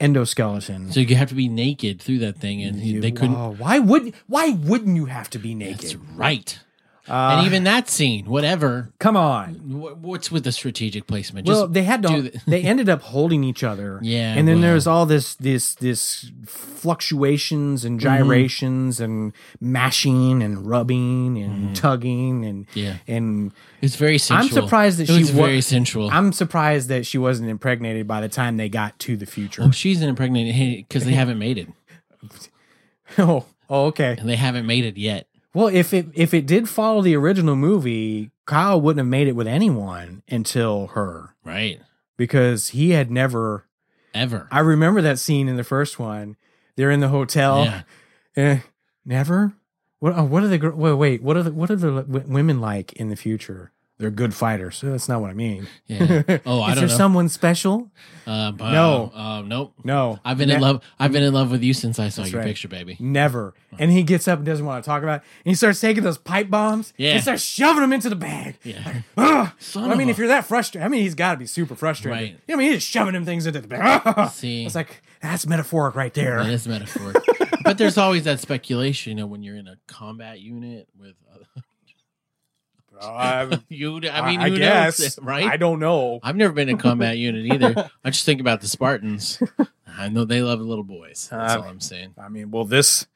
S3: endoskeleton.
S4: so you have to be naked through that thing, and he-
S3: You-
S4: they couldn't.
S3: wow, why would why wouldn't you have to be
S4: That's
S3: naked?
S4: right.
S3: Uh,
S4: and even that scene, whatever.
S3: come on.
S4: Wh- What's with the strategic placement? Just
S3: Well, they had
S4: do
S3: to.
S4: the-
S3: they ended up holding each other.
S4: Yeah,
S3: and then
S4: well.
S3: there's all this this this fluctuations and
S4: Mm-hmm.
S3: gyrations and mashing and rubbing and tugging and
S4: Mm-hmm. Yeah.
S3: and
S4: it's very sensual.
S3: surprised that
S4: it
S3: she
S4: was
S3: wa-
S4: very sensual.
S3: I'm surprised that she wasn't impregnated by the time they got to the future.
S4: oh, she's impregnated because they haven't made it.
S3: oh, oh, okay.
S4: They haven't made it yet.
S3: Well, if it if it did follow the original movie, Kyle wouldn't have made it with anyone until her
S4: Right.
S3: because he had never
S4: Ever.
S3: I remember that scene in the first one They're in the hotel.
S4: Yeah.
S3: Eh, never. What? Oh, what are the gir- wait? Wait. What are the what are the w- women like in the future? They're good fighters. Uh, That's not what I mean.
S4: Yeah. Oh, I
S3: Is
S4: don't
S3: there
S4: know.
S3: someone special?
S4: Uh, but,
S3: No.
S4: Uh, nope.
S3: No.
S4: I've been in
S3: Ne-
S4: love. I've been in love with you since I saw
S3: That's
S4: your
S3: right.
S4: picture, baby.
S3: Never. And he gets up and doesn't want to talk about it. And he starts taking those pipe bombs
S4: Yeah.
S3: and starts shoving them into the bag.
S4: Yeah.
S3: Ugh.
S4: Son
S3: Well, I
S4: of
S3: mean,
S4: a-
S3: if you're that frustrated, I mean, he's got to be super frustrated.
S4: Right.
S3: I mean, he's just shoving him things into the bag. Ugh.
S4: See.
S3: It's like, that's metaphoric right there.
S4: That is metaphor. but there's always that speculation, you know, when you're in a combat unit with other
S3: Oh, I,
S4: you. I mean,
S3: I
S4: who
S3: guess.
S4: knows, right?
S3: I don't know.
S4: I've never been in a combat unit either. I just think about the Spartans. I know they love little boys. That's
S3: Uh,
S4: all I'm saying.
S3: I mean, well, this.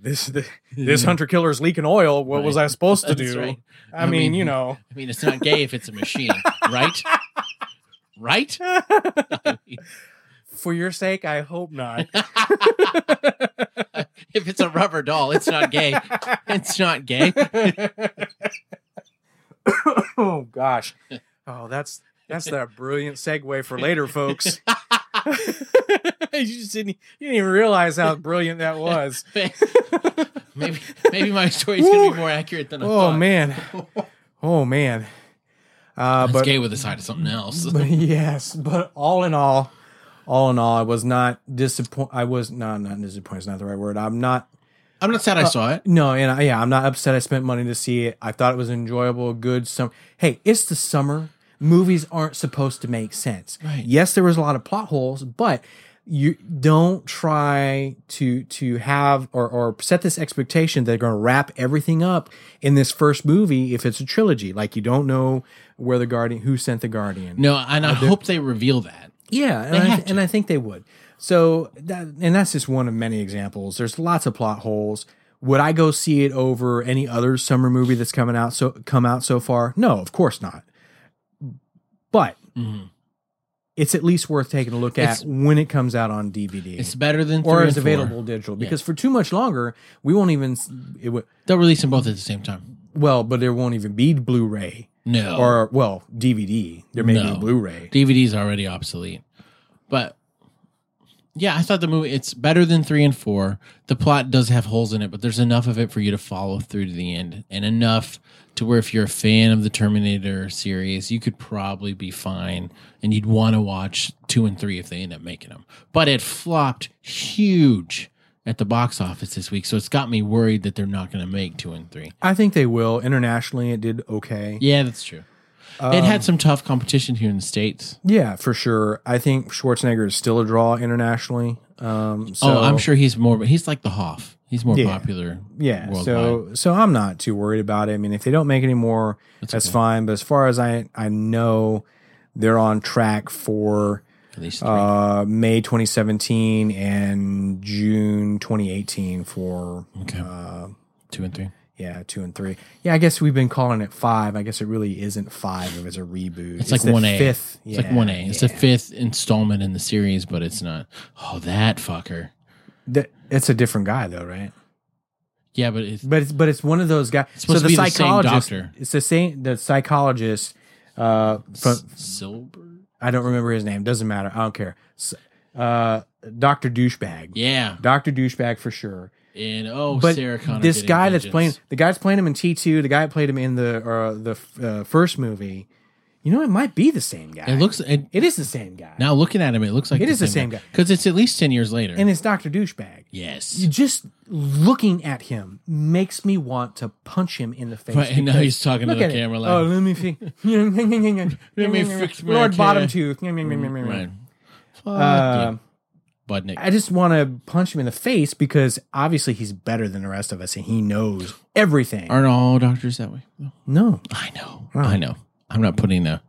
S3: This this, hunter killer's leaking oil. What was
S4: Right.
S3: I supposed to
S4: That's
S3: do?
S4: right.
S3: I,
S4: I
S3: mean,
S4: mean-
S3: you know,
S4: I mean, it's not gay if it's a machine, right? Right?
S3: for your sake, I hope not.
S4: If it's a rubber doll, it's not gay. It's not gay.
S3: oh gosh. Oh, that's that's that brilliant segue for later, folks. you just didn't e, you didn't even realize how brilliant that was.
S4: maybe maybe my story's gonna
S3: Woo.
S4: be more accurate than I
S3: Oh
S4: thought.
S3: man. Oh man. Uh
S4: It's
S3: but,
S4: gay with a side of something else.
S3: but yes, but all in all, all in all, I was not disappointed. I was no, not disappointed. Is not the right word. I'm not
S4: I'm not sad
S3: uh,
S4: I saw it.
S3: No, and I, yeah, I'm not upset. I spent money to see it. I thought it was enjoyable, good summer. Hey, it's the summer. Movies aren't supposed to make sense.
S4: Right.
S3: Yes, there was a lot of plot holes, but you don't try to to have or, or set this expectation that they're going to wrap everything up in this first movie if it's a trilogy. Like you don't know where the guardian, who sent the guardian.
S4: No, and I hope they reveal that.
S3: Yeah, and I,
S4: have
S3: th- and I think they would. So that and that's just one of many examples. There's lots of plot holes. Would I go see it over any other summer movie that's coming out so come out so far? No, of course not. But
S4: Mhm.
S3: it's at least worth taking a look at
S4: It's-
S3: when it comes out on DVD
S4: It's better than three
S3: or
S4: and
S3: is
S4: four.
S3: available digital. Because for too much longer, we won't even s- it would
S4: They'll release them both at the same time.
S3: well, but there won't even be Blu-ray
S4: No,
S3: or well DVD. There may be
S4: No.
S3: a Blu-ray.
S4: DVD's already obsolete. But yeah, I thought the movie it's better than three and four. The plot does have holes in it, but there's enough of it for you to follow through to the end, and enough to where if you're a fan of the Terminator series, you could probably be fine, and you'd want to watch two and three if they end up making them. But it flopped huge at the box office this week, so it's got me worried that they're not going to make two and three.
S3: I think they will. Internationally it did okay.
S4: Yeah, that's true. it had some tough competition here in the states.
S3: Yeah, for sure. I think Schwarzenegger is still a draw internationally. Um, so
S4: oh, I'm sure he's more, but he's like the Hoff. He's more
S3: Yeah.
S4: popular.
S3: Yeah,
S4: worldwide.
S3: so so I'm not too worried about it. I mean, if they don't make any more, that's, fine. But as far as I I know, they're on track for
S4: at least three.
S3: uh, May 2017 and June 2018 for
S4: okay,
S3: um,
S4: two and three.
S3: yeah two and three. Yeah, I guess we've been calling it five. I guess it really isn't five if it's a reboot.
S4: It's, like
S3: the
S4: one A.
S3: Fifth.
S4: It's like one A. It's the fifth installment in the series, but it's not. Oh, that fucker.
S3: Th- it's a different guy though, right?
S4: Yeah, but it's
S3: But it's but it's one of those guys. so
S4: supposed
S3: the
S4: to be the same
S3: psychologist,
S4: doctor.
S3: it's the same. The psychologist, uh, from
S4: silver.
S3: I don't remember his name. Doesn't matter. I don't care. S- Uh, Doctor Douchebag.
S4: Yeah,
S3: Doctor Douchebag for sure.
S4: and oh,
S3: But
S4: Sarah Connor.
S3: this
S4: getting
S3: guy that's
S4: vengeance.
S3: playing the guy that's playing him in T two, the guy that played him in the uh, the uh, first movie, you know, it might be the same guy.
S4: It looks. It,
S3: it is the same guy.
S4: now looking at him, it looks like
S3: It is the same guy.
S4: because it's at least ten years later.
S3: and it's Doctor Douchebag.
S4: yes.
S3: You just looking at him makes me want to punch him in the face.
S4: Right, and now
S3: because-
S4: he's talking to
S3: Look
S4: the
S3: at it.
S4: camera
S3: Oh,
S4: like,
S3: let me fix. let
S4: me fix my
S3: Lord
S4: cat.
S3: Bottom Tooth.
S4: right. Fuck
S3: Uh,
S4: you, Budnick.
S3: I just want to punch him in the face because obviously he's better than the rest of us and he knows everything.
S4: Aren't all doctors that way?
S3: no,
S4: I know. I know. I'm not putting the.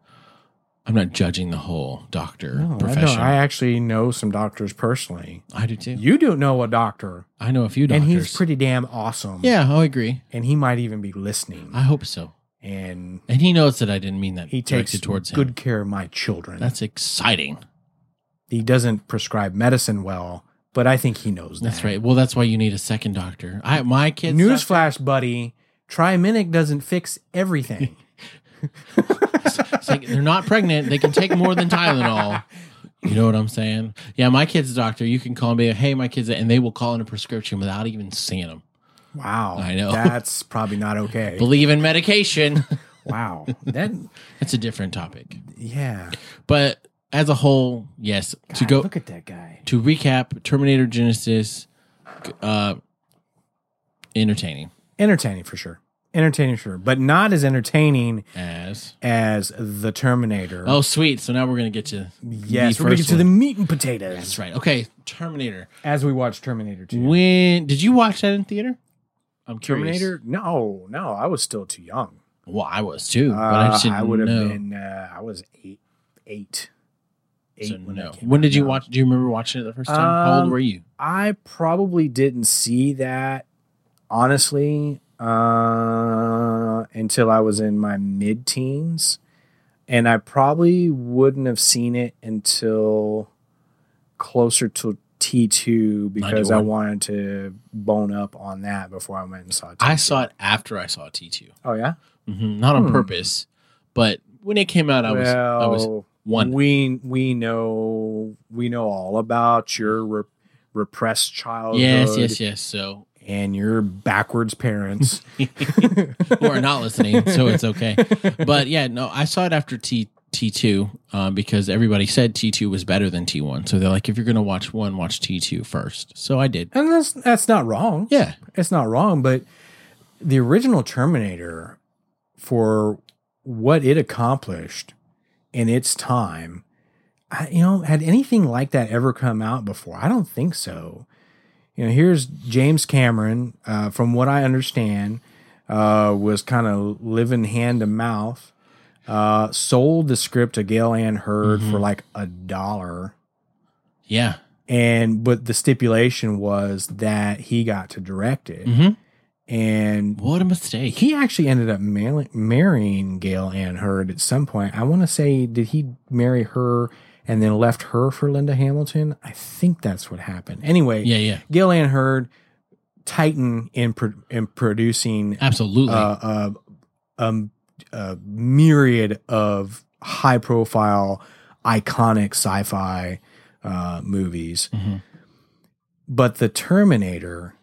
S4: I'm not judging the whole doctor
S3: I, know.
S4: profession.
S3: I
S4: I,
S3: actually know some doctors personally.
S4: do too.
S3: You don't know a doctor,
S4: I know a few doctors.
S3: and he's pretty damn awesome.
S4: yeah, I agree.
S3: and he might even be listening.
S4: I hope so.
S3: And
S4: And he knows that I didn't mean that.
S3: he takes
S4: directed towards him.
S3: good care of my children.
S4: That's exciting.
S3: he doesn't prescribe medicine well, but I think he knows that.
S4: That's right. Well, that's why you need a second doctor. I my kids.
S3: Newsflash, buddy. Triminic doesn't fix everything.
S4: It's like they're not pregnant. They can take more than Tylenol. You know what I'm saying? Yeah, my kid's a doctor. You can call me, hey, my kid's, a-" and they will call in a prescription without even seeing them.
S3: Wow.
S4: I know.
S3: That's probably not okay.
S4: Believe in medication.
S3: wow. That
S4: That's a different topic.
S3: yeah.
S4: But as a whole, yes. to
S3: God,
S4: go
S3: look at that guy.
S4: to recap, Terminator Genesis, uh, entertaining
S3: Entertaining for sure. Entertaining for sure, but not as entertaining
S4: as
S3: as the Terminator.
S4: oh sweet. So now we're gonna get to
S3: yes,
S4: the
S3: we're gonna get
S4: first
S3: to the
S4: one.
S3: meat and potatoes
S4: That's right. Okay, Terminator.
S3: as we watch Terminator 2.
S4: When did you watch that in theater? I'm curious.
S3: Terminator? No, no, I was still too young.
S4: Well, I was too,
S3: Uh,
S4: but I just didn't
S3: would have
S4: know.
S3: been. Uh, I was eight, eight, eight.
S4: So
S3: when,
S4: no.
S3: that came
S4: When
S3: out,
S4: did you
S3: no.
S4: watch? Do you remember watching it the first time? How
S3: Um,
S4: old were you?
S3: I probably didn't see that honestly uh, until I was in my mid-teens, and I probably wouldn't have seen it until closer to T two because I
S4: 91.
S3: wanted to bone up on that before I went and saw. T2.
S4: I saw it after I saw T two.
S3: Oh yeah,
S4: hmm Not on
S3: Hmm.
S4: purpose, but when it came out, I was I was
S3: Well,
S4: one.
S3: We we know we know all about your re- repressed childhood
S4: Yes, yes, yes. So
S3: and your backwards parents.
S4: who are not listening, so it's okay. But yeah, no, I saw it after T T two uh, because everybody said T two was better than T one. So they're like, if you're gonna watch one, watch T two first. So I did.
S3: and that's that's not wrong.
S4: Yeah,
S3: It's not wrong, but the original Terminator for what it accomplished in its time, I, you know, had anything like that ever come out before? I don't think so. You know, here's James Cameron, uh, from what I understand, uh, was kind of living hand to mouth, uh, sold the script to Gail Ann Hurd for like a dollar
S4: yeah.
S3: and but the stipulation was that he got to direct it
S4: Mhm.
S3: and
S4: What a mistake.
S3: he actually ended up mar- marrying gail ann hurd at some point i want to say did he marry her and then left her for linda hamilton i think that's what happened anyway
S4: yeah, yeah,
S3: gail ann hurd titan in, pro- in producing
S4: absolutely.
S3: uh, uh, um, a myriad of high profile, iconic sci fi uh, movies.
S4: Mhm.
S3: But the Terminator,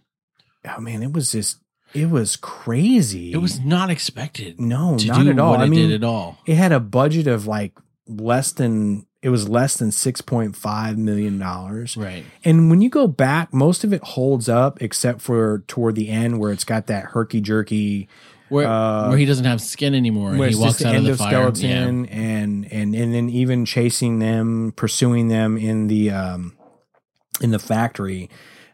S3: oh man, it was just, it was crazy.
S4: it was not expected
S3: no,
S4: to
S3: not
S4: do
S3: at all.
S4: what
S3: I
S4: it
S3: mean,
S4: did at all.
S3: it had a budget of like less than, it was less than $6.5 million.
S4: Right.
S3: And when you go back, most of it holds up except for toward the end where it's got that herky jerky
S4: Where
S3: Uh,
S4: where he doesn't have skin anymore and
S3: where
S4: he
S3: it's
S4: walks
S3: just
S4: out of the fire. Yeah.
S3: endoskeleton and and and then even chasing them, pursuing them in the um, in the factory,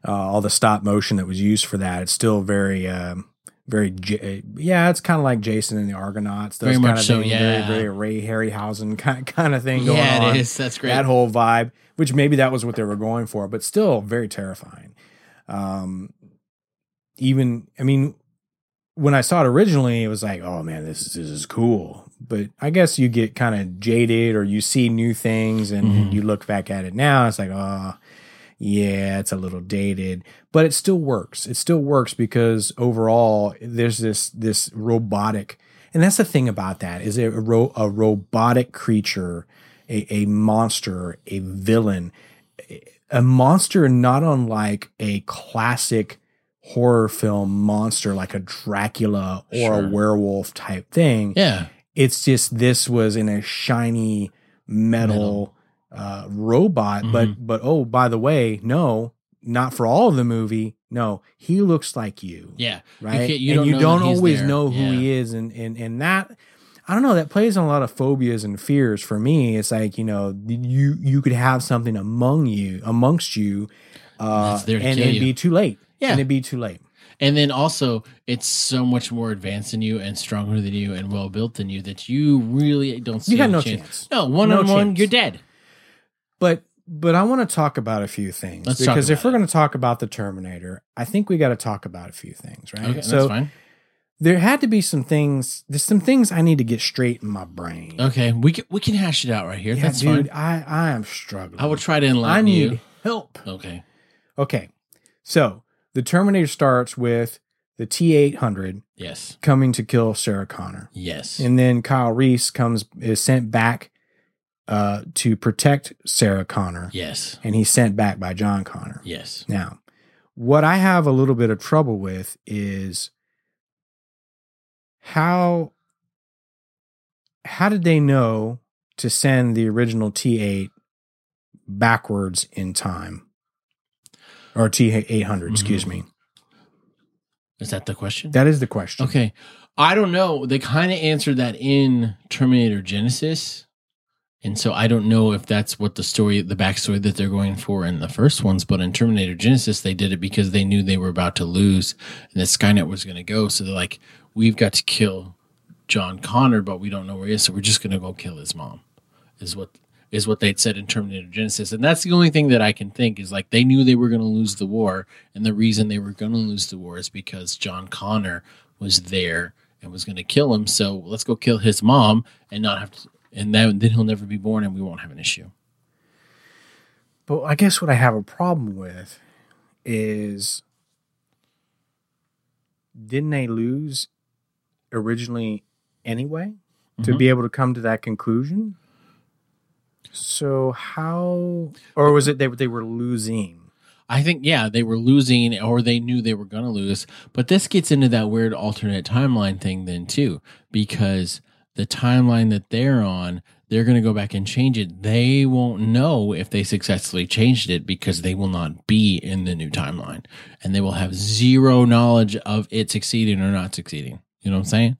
S3: uh, all the stop motion that was used for that. It's still very. Um, very, J- uh, yeah, it's kind of like Jason and the Argonauts. Those
S4: Very
S3: kind
S4: much
S3: of
S4: so,
S3: thing,
S4: yeah.
S3: Very, very Ray Harryhausen kind, kind of thing going
S4: Yeah,
S3: on
S4: it is. That's great.
S3: that whole vibe, which maybe that was what they were going for, but still very terrifying. Um, even, I mean, when I saw it originally, it was like, oh man, this is, this is cool. But I guess you get kind of jaded or you see new things and
S4: Mhm.
S3: you look back at it now, it's like, oh, yeah, it's a little dated, but it still works. It still works because overall there's this this robotic, and that's the thing about that is a, ro- a robotic creature, a, a monster, a villain, a monster not unlike a classic horror film monster like a Dracula or
S4: Sure.
S3: a werewolf type thing
S4: yeah.
S3: it's just this was in a shiny metal, uh, robot
S4: Mm-hmm.
S3: but but oh by the way no not for all of the movie no he looks like you
S4: Yeah.
S3: right
S4: can't- you
S3: and
S4: don't
S3: you
S4: know that
S3: don't
S4: he's
S3: always
S4: there.
S3: know who he is and and and that i don't know that plays on a lot of phobias and fears for me it's like you know you you could have something among you amongst you uh,
S4: That's there to
S3: and
S4: kill
S3: it'd
S4: you.
S3: be too late
S4: Yeah.
S3: and it'd be too late
S4: And then also, it's so much more advanced than you and stronger than you and well built than you that you really don't see
S3: you had
S4: a
S3: no
S4: chance.
S3: chance
S4: No, one
S3: No
S4: on one,
S3: chance.
S4: you're dead.
S3: But but I want to talk about a few things
S4: Let's talk
S3: because if
S4: about
S3: we're
S4: it.
S3: going to talk about the Terminator, I think we got to talk about a few things, right?
S4: Okay,
S3: so
S4: that's fine.
S3: there had to be some things. There's some things I need to get straight in my brain.
S4: Okay, we can we can hash it out right here.
S3: yeah,
S4: that's
S3: dude,
S4: fine.
S3: I I am struggling.
S4: I will try to enlighten
S3: I need
S4: you.
S3: help.
S4: Okay.
S3: Okay, so the Terminator starts with the T eight hundred
S4: Yes.
S3: coming to kill Sarah Connor,
S4: Yes.
S3: and then Kyle Reese comes is sent back uh, to protect Sarah Connor,
S4: Yes.
S3: and he's sent back by John Connor.
S4: Yes.
S3: Now, what I have a little bit of trouble with is how how did they know to send the original T8 backwards in time? Or T800, excuse
S4: Mhm.
S3: me.
S4: Is that the question?
S3: That is the question.
S4: Okay. I don't know. They kind of answered that in Terminator Genesis. And so I don't know if that's what the story, the backstory that they're going for in the first ones, but in Terminator Genesis, they did it because they knew they were about to lose and that Skynet was going to go. So they're like, we've got to kill John Connor, but we don't know where he is. So we're just going to go kill his mom, is what is what they'd said in Terminator Genesis. And that's the only thing that I can think is like they knew they were going to lose the war. And the reason they were going to lose the war is because John Connor was there and was going to kill him. So let's go kill his mom and not have to. And then, then he'll never be born and we won't have an issue.
S3: But I guess what I have a problem with is didn't they lose originally anyway to
S4: Mhm.
S3: be able to come to that conclusion? So how or was it they they were losing?
S4: I think, yeah, they were losing or they knew they were going to lose. But this gets into that weird alternate timeline thing, then, too, because the timeline that they're on, they're going to go back and change it. They won't know if they successfully changed it because they will not be in the new timeline and they will have zero knowledge of it succeeding or not succeeding. You know what I'm saying?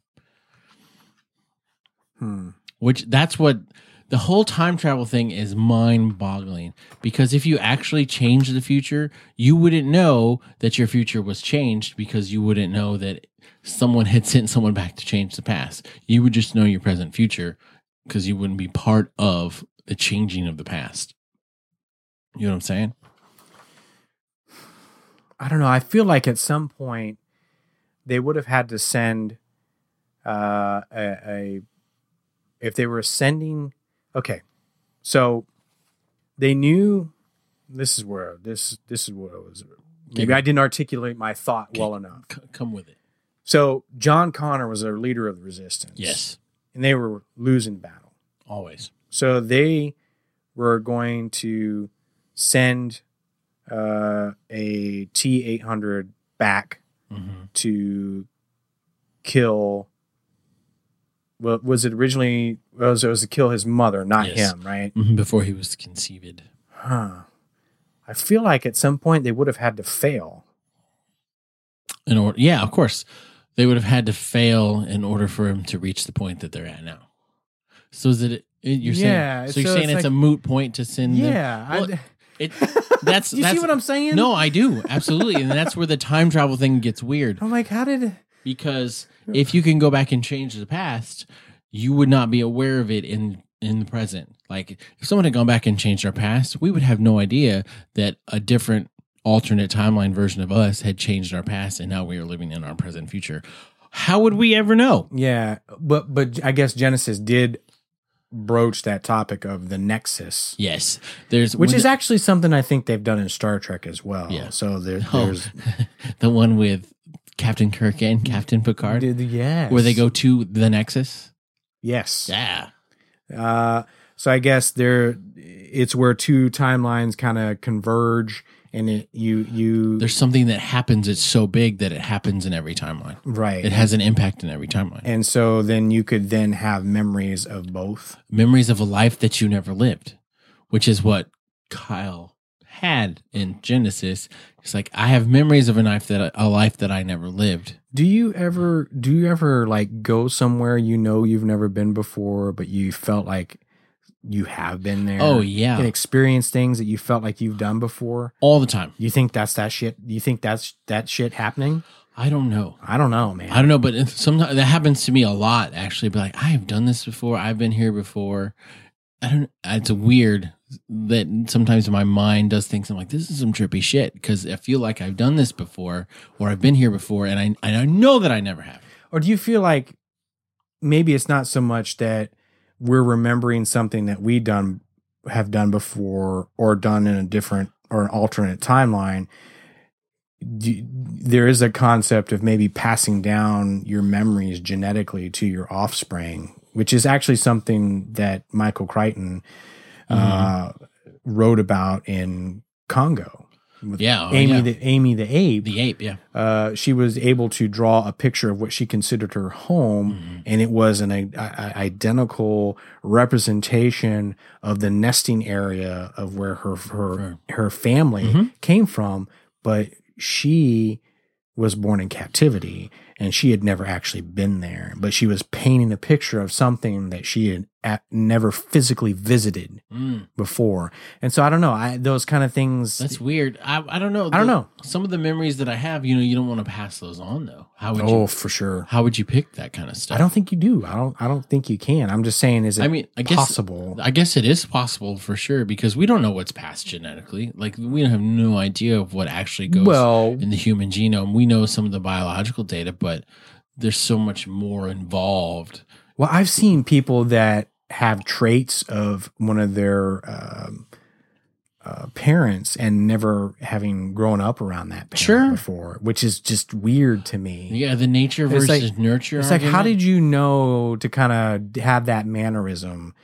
S3: Hmm.
S4: which that's what the whole time travel thing is mind boggling because if you actually change the future, you wouldn't know that your future was changed because you wouldn't know that someone had sent someone back to change the past. You would just know your present future because you wouldn't be part of the changing of the past. You know what I'm saying?
S3: I don't know. I feel like at some point they would have had to send uh, a, a if they were sending. Okay, so they knew this is where this this is what it was. Maybe I didn't articulate my thought well enough.
S4: C- come with it.
S3: So John Connor was a leader of the resistance.
S4: Yes,
S3: and they were losing battle.
S4: always.
S3: So they were going to send uh, a T eight hundred back
S4: hmm
S3: to kill. Well, was it originally? Well, it was, it was to kill his mother, not
S4: Yes.
S3: him, right?
S4: Mm-hmm. Before he was conceived.
S3: Huh. I feel like at some point they would have had to fail.
S4: In order, yeah, of course, they would have had to fail in order for him to reach the point that they're at now. So is it? it- You're saying
S3: Yeah,
S4: so? You're
S3: so
S4: saying
S3: it's
S4: it's, a
S3: like-
S4: moot point to send. them-
S3: yeah, I-
S4: Well, it, that's
S3: you
S4: that's
S3: see what I'm saying?
S4: no, I do absolutely, and that's where the time travel thing gets weird
S3: I'm like, how did?
S4: because if you can go back and change the past, you would not be aware of it in in the present. Like if someone had gone back and changed our past, we would have no idea that a different alternate timeline version of us had changed our past and now we are living in our present future. How would we ever know?
S3: Yeah, but but I guess Genesis did broach that topic of the nexus.
S4: Yes, there's
S3: Which
S4: when-
S3: is actually something I think they've done in Star Trek as well.
S4: Yeah.
S3: So there,
S4: oh,
S3: there's Mm-hmm.
S4: the one with Captain Kirk and Captain Picard,
S3: yes.
S4: where they go to the Nexus.
S3: Yes.
S4: Yeah,
S3: Uh, so I guess there, it's where two timelines kind of converge, and it you you
S4: there's something that happens. It's so big that it happens in every timeline.
S3: right,
S4: It has an impact in every timeline.
S3: and so then you could then have memories of both.
S4: Memories of a life that you never lived, which is what Kyle had in Genesis. It's like I have memories of a life that a life that I never lived.
S3: Do you ever do you ever like go somewhere you know you've never been before, but you felt like you have been there?
S4: Oh
S3: You can
S4: yeah,
S3: experience things that you felt like you've done before.
S4: all the time.
S3: You think that's that shit? You think that's that shit happening?
S4: I don't know.
S3: I don't know, man.
S4: I don't know, but if- sometimes that happens to me a lot. Actually, be like, I have done this before. I've been here before. I don't. It's weird that sometimes my mind does things. I'm like, this is some trippy shit because I feel like I've done this before or I've been here before, and I and I know that I never have.
S3: Or do you feel like maybe it's not so much that we're remembering something that we done have done before or done in a different or an alternate timeline? Do, there is a concept of maybe passing down your memories genetically to your offspring which is actually something that Michael Crichton uh,
S4: Mm-hmm.
S3: wrote about in Congo. With
S4: Yeah, oh,
S3: Amy
S4: yeah.
S3: the Amy the ape.
S4: The ape, yeah.
S3: uh, she was able to draw a picture of what she considered her home,
S4: Mm-hmm.
S3: and it was an i- i- identical representation of the nesting area of where her her
S4: Sure.
S3: her family
S4: Mhm.
S3: came from. But she was born in captivity, and she had never actually been there. But she was painting a picture of something that she had a never physically visited
S4: Mm,
S3: before. And so I don't know. I those kind of things.
S4: that's weird. I, I don't know.
S3: I don't
S4: The-
S3: know.
S4: Some of the memories that I have, you know, you don't want to pass those on though. How would
S3: oh,
S4: you
S3: for sure.
S4: how would you pick that kind of stuff?
S3: I don't think you do. I don't. I don't think you can. I'm just saying, is it
S4: I mean, I guess
S3: possible?
S4: I guess it is possible for sure because we don't know what's passed genetically. Like we have no idea of what actually goes
S3: well,
S4: in the human genome. We know some of the biological data, but there's so much more involved.
S3: well, I've seen people that have traits of one of their um, uh, parents and never having grown up around that parent
S4: Sure.
S3: before, which is just weird to me.
S4: Yeah, the nature
S3: It's
S4: versus
S3: like-
S4: nurture.
S3: It's like, how
S4: argument.
S3: did you know to kind of have that mannerism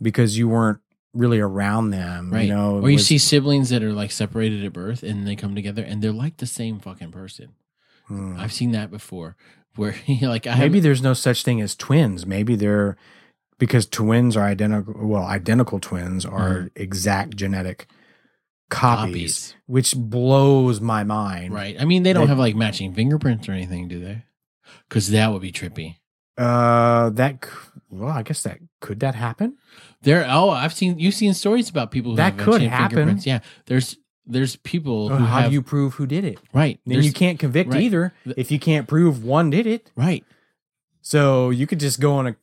S3: because you weren't really around them,
S4: right?
S3: you know?
S4: or you
S3: was-
S4: see siblings that are like separated at birth and they come together and they're like the same fucking person.
S3: Hmm.
S4: I've seen that before. Where you know, like I
S3: Maybe
S4: haven't-
S3: there's no such thing as twins. Maybe they're because twins are identical. Well, identical twins are exact genetic copies,
S4: Mm-hmm. copies,
S3: which blows my mind.
S4: right? I mean, they don't
S3: They-
S4: have like matching fingerprints or anything, do they? Because that would be trippy.
S3: Uh, that. c- Well, I guess that could that happen.
S4: There, oh, I've seen you've seen stories about people who
S3: That
S4: have
S3: could
S4: chain
S3: happen.
S4: fingerprints. Yeah, there's there's people
S3: Or
S4: who
S3: how
S4: have
S3: do you prove who did it?
S4: right.
S3: Then you
S4: there's-
S3: can't convict
S4: right.
S3: either
S4: Th-
S3: if you can't prove one did it.
S4: right.
S3: So you could just go on a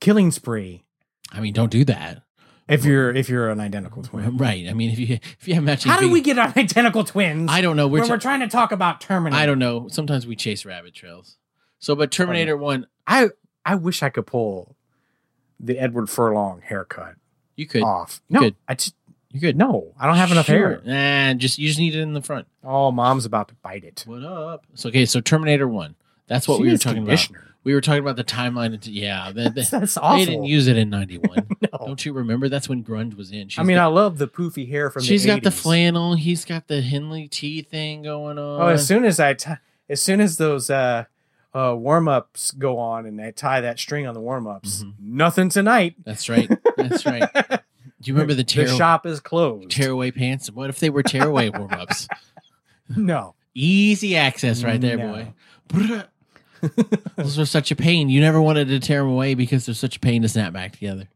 S3: killing spree
S4: I mean, don't do that.
S3: if you're if you're an identical twin.
S4: Right. I mean, if you if you have matching,
S3: How do
S4: fing-
S3: we get on identical twins?
S4: I don't know. We're,
S3: when we're
S4: t-
S3: trying to talk about Terminator.
S4: I don't know. Sometimes we chase rabbit trails. So, but Terminator One,
S3: I I wish I could pull the Edward Furlong haircut
S4: you could
S3: off. No,
S4: Good.
S3: I just
S4: you could.
S3: no, I don't have enough hair.
S4: Nah, just you just need it in the front.
S3: Oh, mom's about to bite it.
S4: What up? So okay, so Terminator One. That's what
S3: She
S4: we were
S3: needs
S4: talking about.
S3: conditioner.
S4: We were talking about the timeline. Into, yeah, they, they,
S3: That's, that's awful.
S4: they didn't use it in '91.
S3: no.
S4: Don't you remember? That's when grunge was in. She's
S3: I mean,
S4: got-
S3: I love the poofy hair from.
S4: She's
S3: the
S4: got the
S3: 80s.
S4: flannel. He's got the Henley tea thing going on.
S3: Oh, as soon as I, t- as soon as those uh, uh, warm ups go on, and I tie that string on the warm ups,
S4: Mhm.
S3: nothing tonight.
S4: That's right. That's right. Do you remember the,
S3: The
S4: tear-
S3: shop is closed.
S4: tearaway pants? What if they were tearaway warm ups?
S3: no,
S4: Easy access right there,
S3: No.
S4: boy. Brrr. Those were such a pain. You never wanted to tear them away because they're such a pain to snap back together.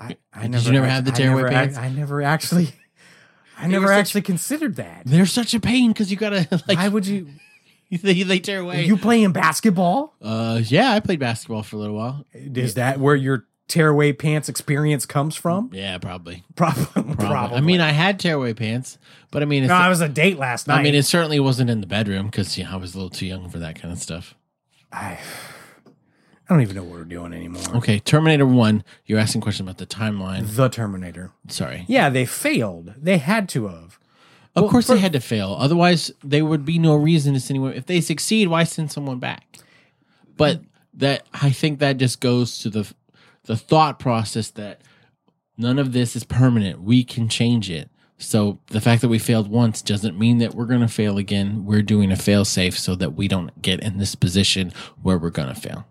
S3: I, I
S4: Did
S3: never.
S4: you never
S3: act-
S4: have the
S3: I
S4: tearaway
S3: never act-
S4: pants?
S3: I, never actually. I
S4: They were
S3: never
S4: such-
S3: actually considered that.
S4: They're such a pain because you gotta like
S3: Why would you?
S4: they, they tear away.
S3: You playing basketball?
S4: uh, yeah, I played basketball for a little while.
S3: Is that where your tearaway pants experience comes from?
S4: Yeah, probably.
S3: Probably.
S4: Probably. I mean, I had tearaway pants, but I mean, it's
S3: no, I was a date last night.
S4: I mean, it certainly wasn't in the bedroom because you know, I was a little too young for that kind of stuff.
S3: I, I don't even know what we're doing anymore.
S4: Okay, Terminator One. You're asking questions about the timeline.
S3: The Terminator.
S4: Sorry.
S3: Yeah, they failed. They had to have.
S4: Of
S3: Well,
S4: course,
S3: for-
S4: they had to fail. Otherwise, there would be no reason to send anyone. If they succeed, why send someone back? But that I think that just goes to the the thought process that none of this is permanent. We can change it. So the fact that we failed once doesn't mean that we're going to fail again. We're doing a fail safe so that we don't get in this position where we're going to fail.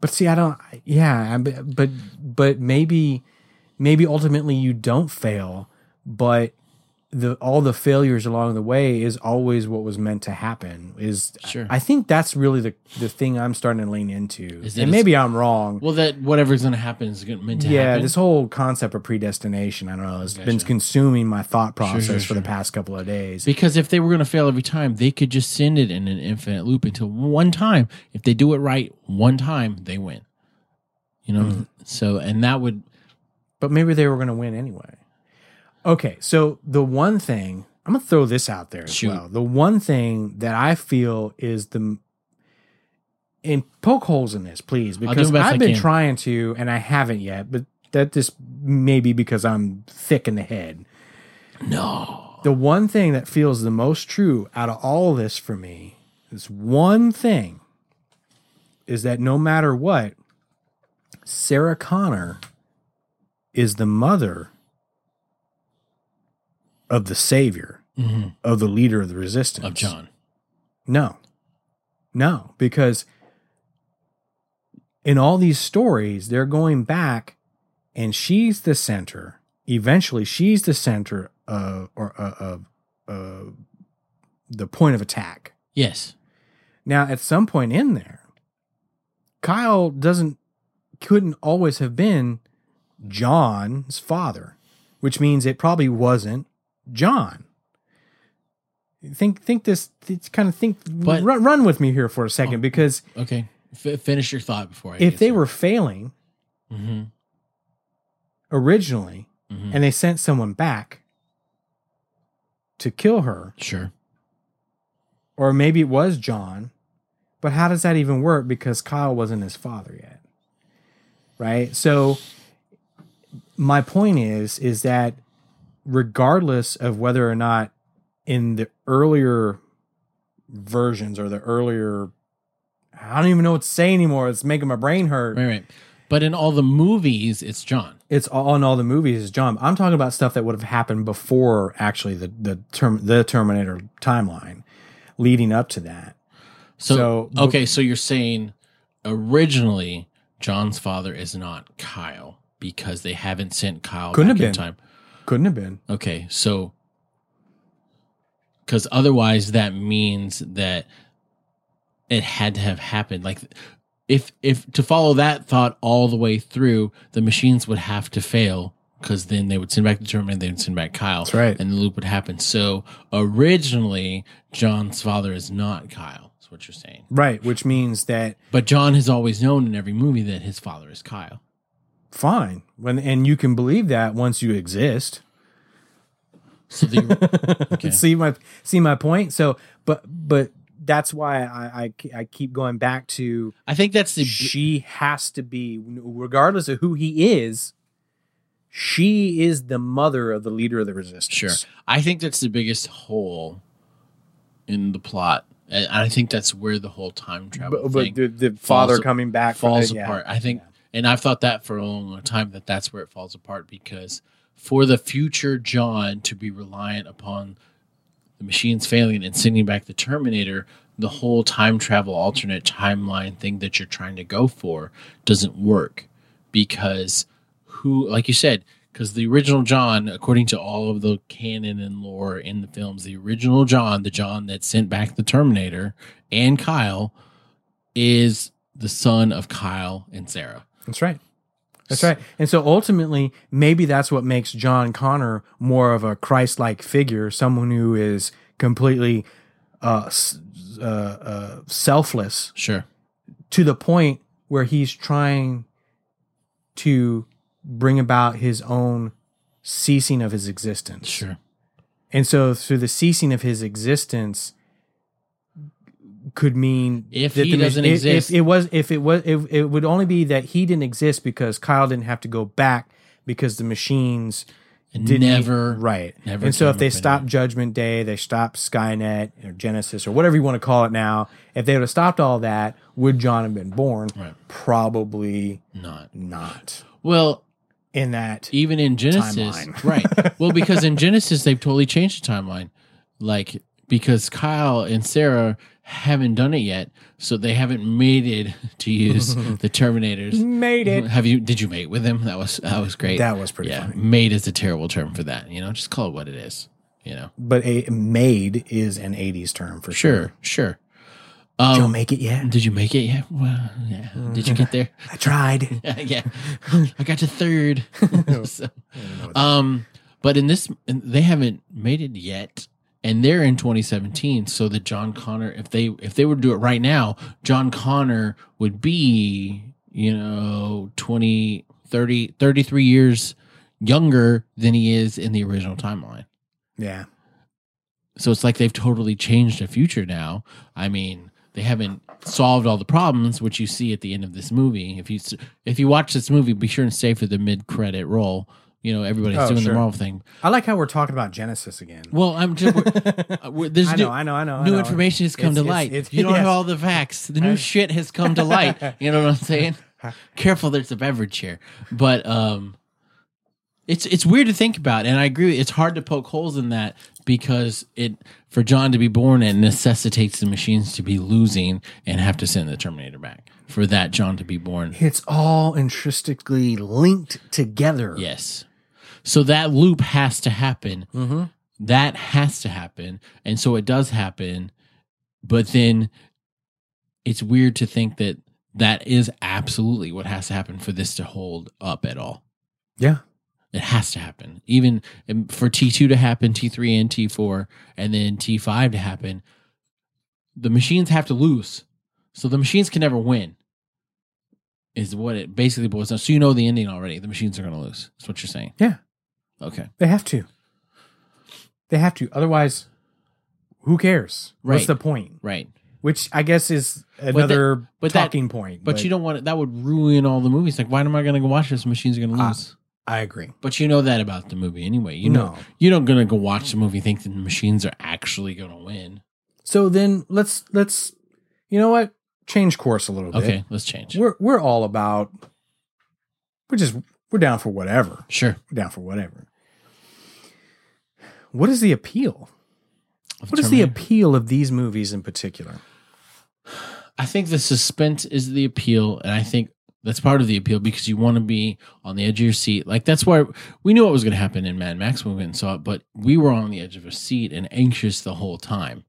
S3: But see, I don't. Yeah, I- but but but maybe maybe ultimately you don't fail, but the all the failures along the way is always what was meant to happen. Is
S4: Sure.
S3: I think that's really the the thing I'm starting to lean into.
S4: Is that
S3: and
S4: it's-
S3: maybe I'm wrong.
S4: Well, that whatever's going to happen is gonna, meant to
S3: yeah,
S4: happen.
S3: this whole concept of predestination, I don't know, it's been
S4: Gotcha.
S3: consuming my thought process
S4: sure,
S3: for the
S4: sure.
S3: past couple of days.
S4: Because if they were going to fail every time, they could just send it in an infinite loop until one time. If they do it right one time, they win. You know,
S3: Mm-hmm.
S4: so and that would
S3: but maybe they were going to win anyway. Okay, so the one thing I'm going to throw this out there as
S4: Shoot.
S3: well. The one thing that I feel is the and poke holes in this, please,
S4: do
S3: because
S4: the best
S3: I've
S4: I
S3: been
S4: can.
S3: trying to and I haven't yet, but that just may be because I'm thick in the head.
S4: no.
S3: The one thing that feels the most true out of all this for me is one thing is that no matter what, Sarah Connor is the mother of the savior,
S4: Mhm.
S3: of the leader of the resistance.
S4: of John.
S3: No. No, because in all these stories, they're going back and she's the center. Eventually, she's the center of or uh, of uh, the point of attack.
S4: Yes.
S3: Now, at some point in there, Kyle doesn't couldn't always have been John's father, which means it probably wasn't John. Think think this, th- kind of think
S4: But-
S3: run, run with me here for a second
S4: Oh.
S3: because
S4: Okay. F- finish your thought before I.
S3: if they were failing
S4: hmm
S3: originally
S4: Mm-hmm.
S3: and they sent someone back to kill her,
S4: sure.
S3: or maybe it was John, but how does that even work? Because Kyle wasn't his father yet, right? So my point is, is that regardless of whether or not in the earlier versions or the earlier, I don't even know what to say anymore. It's making my brain hurt.
S4: Right. Right. But in all the movies, it's John.
S3: It's all in all the movies is John. I'm talking about stuff that would have happened before actually the the term the Terminator timeline, leading up to that.
S4: So,
S3: So-
S4: okay, so you're saying originally John's father is not Kyle because they haven't sent Kyle
S3: Couldn't
S4: back
S3: have
S4: in
S3: been.
S4: time.
S3: Couldn't have been.
S4: Okay, so because otherwise that means that it had to have happened. Like if if to follow that thought all the way through, the machines would have to fail because then they would send back the Terminator, they would send back Kyle.
S3: That's right.
S4: And the loop would happen. So originally John's father is not Kyle, is what you're saying.
S3: Right, which means that
S4: But John has always known in every movie that his father is Kyle.
S3: fine. When and you can believe that once you exist.
S4: So the, okay.
S3: See my see my point. So, but but that's why I I, ke- I keep going back to
S4: I think that's the
S3: she has to be regardless of who he is. She is the mother of the leader of the resistance.
S4: Sure. I think that's the biggest hole in the plot. And I think that's where the whole time travel
S3: But,
S4: thing
S3: but the, the father
S4: falls-
S3: coming back for
S4: falls
S3: the- yeah.
S4: apart. I think, and I've thought that for a long, long time that that's where it falls apart because for the future John to be reliant upon the machines failing and sending back the Terminator, the whole time travel alternate timeline thing that you're trying to go for doesn't work because who, like you said, because the original John, according to all of the canon and lore in the films, the original John, the John that sent back the Terminator and Kyle, is the son of Kyle and Sarah.
S3: That's right. That's right. And so ultimately, maybe that's what makes John Connor more of a Christ like figure, someone who is completely uh, s- uh, uh, selfless
S4: Sure.
S3: to the point where he's trying to bring about his own ceasing of his existence.
S4: Sure.
S3: And so through the ceasing of his existence could mean
S4: If
S3: that
S4: he
S3: the ma-
S4: doesn't
S3: if-
S4: exist-
S3: If it was if it was if it would only be that he didn't exist because Kyle didn't have to go back because the machines
S4: And
S3: didn't e-
S4: never
S3: right.
S4: never
S3: and so
S4: came
S3: if they
S4: up in
S3: stopped
S4: it.
S3: Judgment Day, they stopped Skynet or Genesis or whatever you want to call it now, if they would have stopped all that, would John have been born?
S4: Right.
S3: Probably
S4: Not.
S3: not.
S4: Well,
S3: In that
S4: even in Genesis,
S3: Timeline.
S4: right? Well, because in Genesis they've totally changed the timeline, like because Kyle and Sarah haven't done it yet, so they haven't mated to use the Terminators.
S3: made it.
S4: Have you? Did you mate with him? That was that was great.
S3: That was pretty
S4: yeah,
S3: funny.
S4: mate is a terrible term for that. You know, just call it what it is. You know,
S3: But a made is an 80s term for sure.
S4: sure, sure.
S3: Don't
S4: Um,
S3: make it yet.
S4: did you make it yet? Well, yeah. Did you get there?
S3: I tried.
S4: yeah, I got to third. So-
S3: what
S4: um, but in this, they haven't made it yet, and they're in 2017. So that John Connor, if they if they were to do it right now, John Connor would be you know 20, 30, 33 years younger than he is in the original timeline.
S3: Yeah.
S4: So it's like they've totally changed the future now. I mean, they haven't solved all the problems, which you see at the end of this movie. If you if you watch this movie, be sure and stay for the mid credit roll. You know, everybody's
S3: Oh,
S4: doing
S3: sure.
S4: the Marvel thing.
S3: I like how we're talking about Genesis again.
S4: Well, I'm just we're, uh, we're, there's
S3: I
S4: new,
S3: know, I know, I know. I
S4: new
S3: know.
S4: information has come
S3: It's-
S4: to
S3: it's-
S4: light.
S3: it's-
S4: you don't
S3: yes.
S4: have all the facts. The new shit has come to light. You know what I'm saying? Careful, there's a beverage here. But um, it's it's weird to think about, and I agree. It's hard to poke holes in that because it for John to be born, it necessitates the machines to be losing and have to send the Terminator back for that John to be born.
S3: It's all intrinsically linked together.
S4: Yes, so that loop has to happen.
S3: Mm-hmm.
S4: that has to happen and so it does happen but then it's weird to think that that is absolutely what has to happen for this to hold up at all
S3: Yeah.
S4: it has to happen even and for t2 to happen t3 and t4 and then t5 to happen the machines have to lose so the machines can never win is what it basically boils down so you know the ending already the machines are going to lose that's what you're saying
S3: Yeah.
S4: okay
S3: They have to. They have to. Otherwise, who cares?
S4: Right.
S3: What's the point?
S4: right
S3: Which I guess is another
S4: but that-
S3: talking point.
S4: But, you don't want it. That would ruin all the movies. Like, why am I going to go watch this? Machines are going to
S3: Ah.
S4: lose.
S3: I agree.
S4: but you know that about the movie anyway. You know,
S3: No.
S4: you're not going to go watch the movie thinking the machines are actually going to win.
S3: So then let's let's you know what? Change course a little bit.
S4: Okay, let's change.
S3: We're we're all about we're just we're down for whatever.
S4: sure.
S3: We're down for whatever. What is the appeal? What is the
S4: Terminator.
S3: appeal of these movies in particular?
S4: I think the suspense is the appeal, and I think that's part of the appeal because you want to be on the edge of your seat. Like that's why we knew what was going to happen in Mad Max when we went and saw it, but we were on the edge of our seat and anxious the whole time.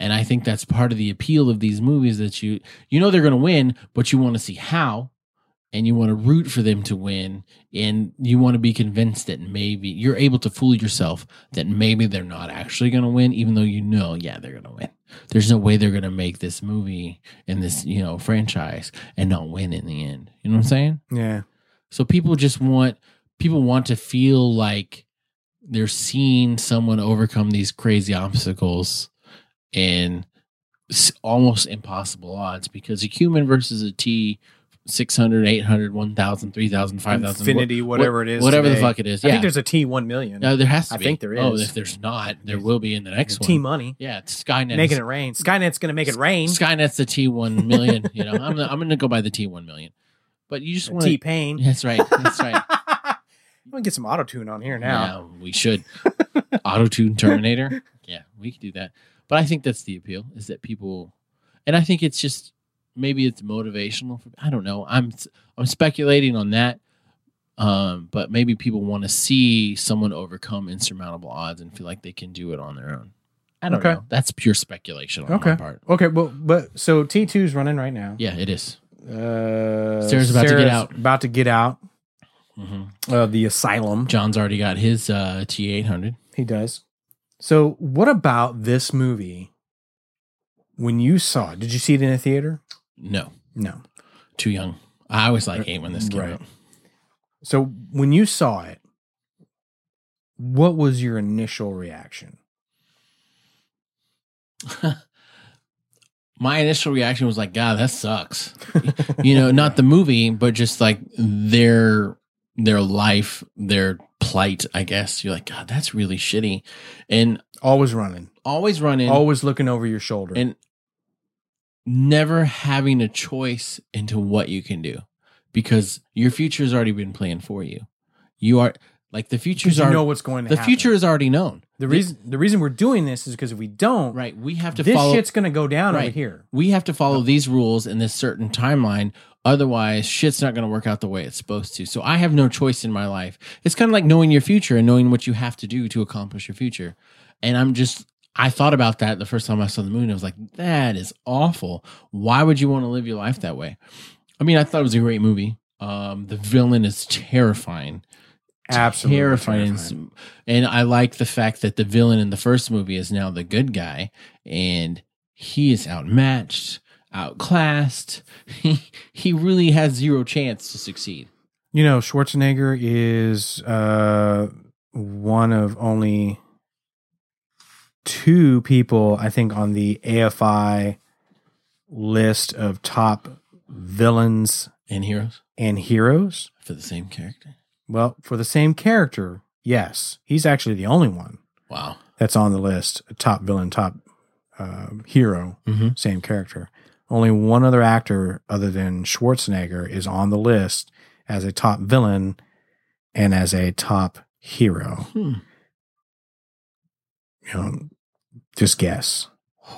S4: And I think that's part of the appeal of these movies that you you know they're going to win, but you want to see how, and you want to root for them to win, and you want to be convinced that maybe you're able to fool yourself that maybe they're not actually going to win, even though you know, yeah, they're going to win. There's no way they're going to make this movie and this you know franchise and not win in the end. You know what I'm saying?
S3: Yeah.
S4: So people just want people want to feel like they're seeing someone overcome these crazy obstacles and s- almost impossible odds because a human versus a T 600, 800, 1000, 3000, 5000
S3: Infinity, whatever it is.
S4: Whatever the
S3: today.
S4: fuck it is.
S3: I
S4: Yeah.
S3: think there's a T one million.
S4: no, there has to
S3: I
S4: be.
S3: think there
S4: Oh,
S3: is.
S4: if there's not, there will be in the next
S3: T
S4: one.
S3: money.
S4: Yeah, it's Skynet.
S3: Making
S4: is-
S3: it rain. Skynet's gonna make it rain.
S4: Skynet's the T one million. You know, I'm I'm gonna go by the T one million. But you just want
S3: T pain.
S4: That's right. That's right.
S3: I'm gonna get some auto tune on here now.
S4: Yeah, we should. Auto tune Terminator. Yeah, we could do that. But I think that's the appeal is that people, and I think it's just maybe it's motivational. For, I don't know. I'm I'm speculating on that. Um, but maybe people want to see someone overcome insurmountable odds and feel like they can do it on their own. I don't
S3: Okay.
S4: know. That's pure speculation on my
S3: Okay.
S4: part.
S3: Okay, well, but so T 2s running right now.
S4: Yeah, it is.
S3: Uh,
S4: Sarah's about to get out.
S3: About to get out
S4: Mm-hmm.
S3: of the asylum.
S4: John's already got his uh, T eight hundred.
S3: He does. So, what about this movie? When you saw it, did you see it in a theater?
S4: No,
S3: No.
S4: too young. I always like eight when this came
S3: Right.
S4: out.
S3: So, when you saw it, what was your initial reaction?
S4: my initial reaction was like, God, that sucks. you know, not the movie, but just like their their life, their plight, I guess. You're like, God, that's really shitty. And
S3: Always running,
S4: always running
S3: always looking over your shoulder.
S4: and never having a choice into what you can do. Because your future's already been planned for you. You are like the future's
S3: because you
S4: are
S3: know what's going to
S4: the
S3: happen.
S4: future is already known.
S3: The reason the reason we're doing this is because if we don't,
S4: Right. We have to
S3: this
S4: follow
S3: shit's going to go down over
S4: Right.
S3: here.
S4: we have to follow these rules in this certain timeline. Otherwise, shit's not going to work out the way it's supposed to. So I have no choice in my life. It's kind of like knowing your future and knowing what you have to do to accomplish your future. And I'm just, I thought about that the first time I saw the moon. I was like, that is awful. Why would you want to live your life that way? I mean, I thought it was a great movie. Um, the villain is terrifying
S3: Absolutely
S4: terrifying. And I like the fact that the villain in the first movie is now the good guy, and he is outmatched, outclassed. He he really has zero chance to succeed.
S3: You know, Schwarzenegger is uh, one of only two people, I think, on the AFI list of top villains
S4: And heroes
S3: and heroes.
S4: for the same character.
S3: Well, for the same character, yes, he's actually the only one
S4: Wow.
S3: that's on the list top villain, top uh, hero,
S4: Mhm.
S3: same character. Only one other actor other than Schwarzenegger is on the list as a top villain and as a top hero.
S4: Hmm.
S3: You know, just guess.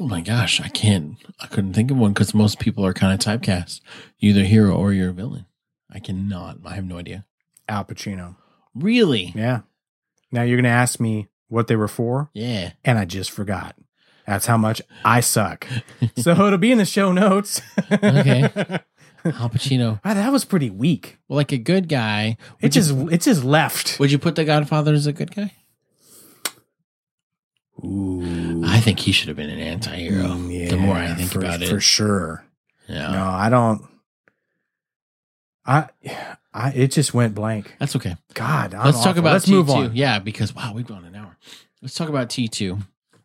S4: Oh my gosh, I can't. I couldn't think of one because most people are kind of typecast. You're either hero or you're a villain. I cannot. I have no idea.
S3: Al Pacino.
S4: Really?
S3: Yeah. Now you're going to ask me what they were for,
S4: Yeah.
S3: and I just forgot. That's how much I suck. so it'll be in the show notes.
S4: Okay. Al Pacino.
S3: Wow, that was pretty weak.
S4: Well, like a good guy.
S3: It
S4: Would
S3: just it just left.
S4: Would you put The Godfather as a good guy?
S3: Ooh.
S4: I think he should have been an anti-hero.
S3: Mm,
S4: the more
S3: yeah,
S4: I think
S3: for-
S4: about
S3: for
S4: it,
S3: sure.
S4: yeah,
S3: No, I don't. I, I, it just went blank.
S4: that's okay.
S3: God, I'm
S4: Let's talk
S3: awful.
S4: about
S3: Let's
S4: T2.
S3: move on.
S4: Yeah, because wow, we've gone an hour. Let's talk about T2.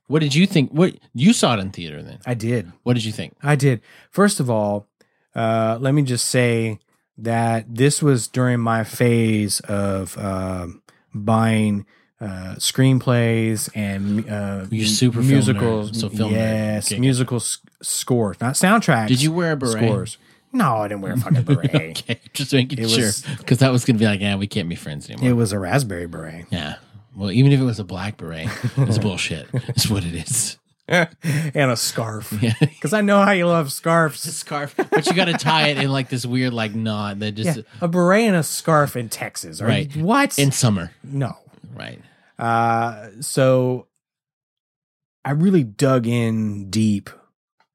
S4: What did you think? What you saw it in theater then?
S3: I did.
S4: What did you think?
S3: I did. First of all, uh, let me just say that this was during my phase of um buying uh, screenplays and uh,
S4: You're super film nerd,
S3: musicals.
S4: so film nerd.
S3: yes,
S4: Okay,
S3: musical s- scores, not soundtracks.
S4: Did you wear a beret?
S3: scores? No, I didn't wear a fucking beret.
S4: okay, just making
S3: It
S4: sure
S3: was-
S4: because that was gonna be like, yeah, we can't be friends anymore.
S3: It was a raspberry beret.
S4: yeah. Well, even if it was a black beret, it's bullshit. It's what it is.
S3: and a scarf.
S4: Yeah.
S3: Because I know how you love
S4: It's a
S3: scarves.
S4: scarf, but you got to tie it in like this weird like knot that
S3: Yeah,
S4: just
S3: a beret and a scarf in Texas. Are
S4: Right.
S3: You, what?
S4: in summer,
S3: no.
S4: right?
S3: Uh, so I really dug in deep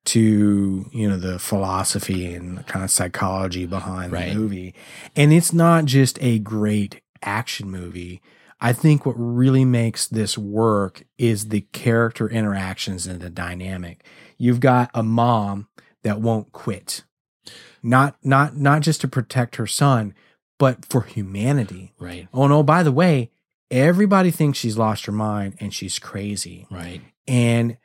S3: to you know the philosophy and kind of psychology behind
S4: Right.
S3: the movie and it's not just a great action movie i think what really makes this work is the character interactions and the dynamic you've got a mom that won't quit not not not just to protect her son but for humanity
S4: Right,
S3: Oh, no, by the way, everybody thinks she's lost her mind and she's crazy.
S4: right.
S3: And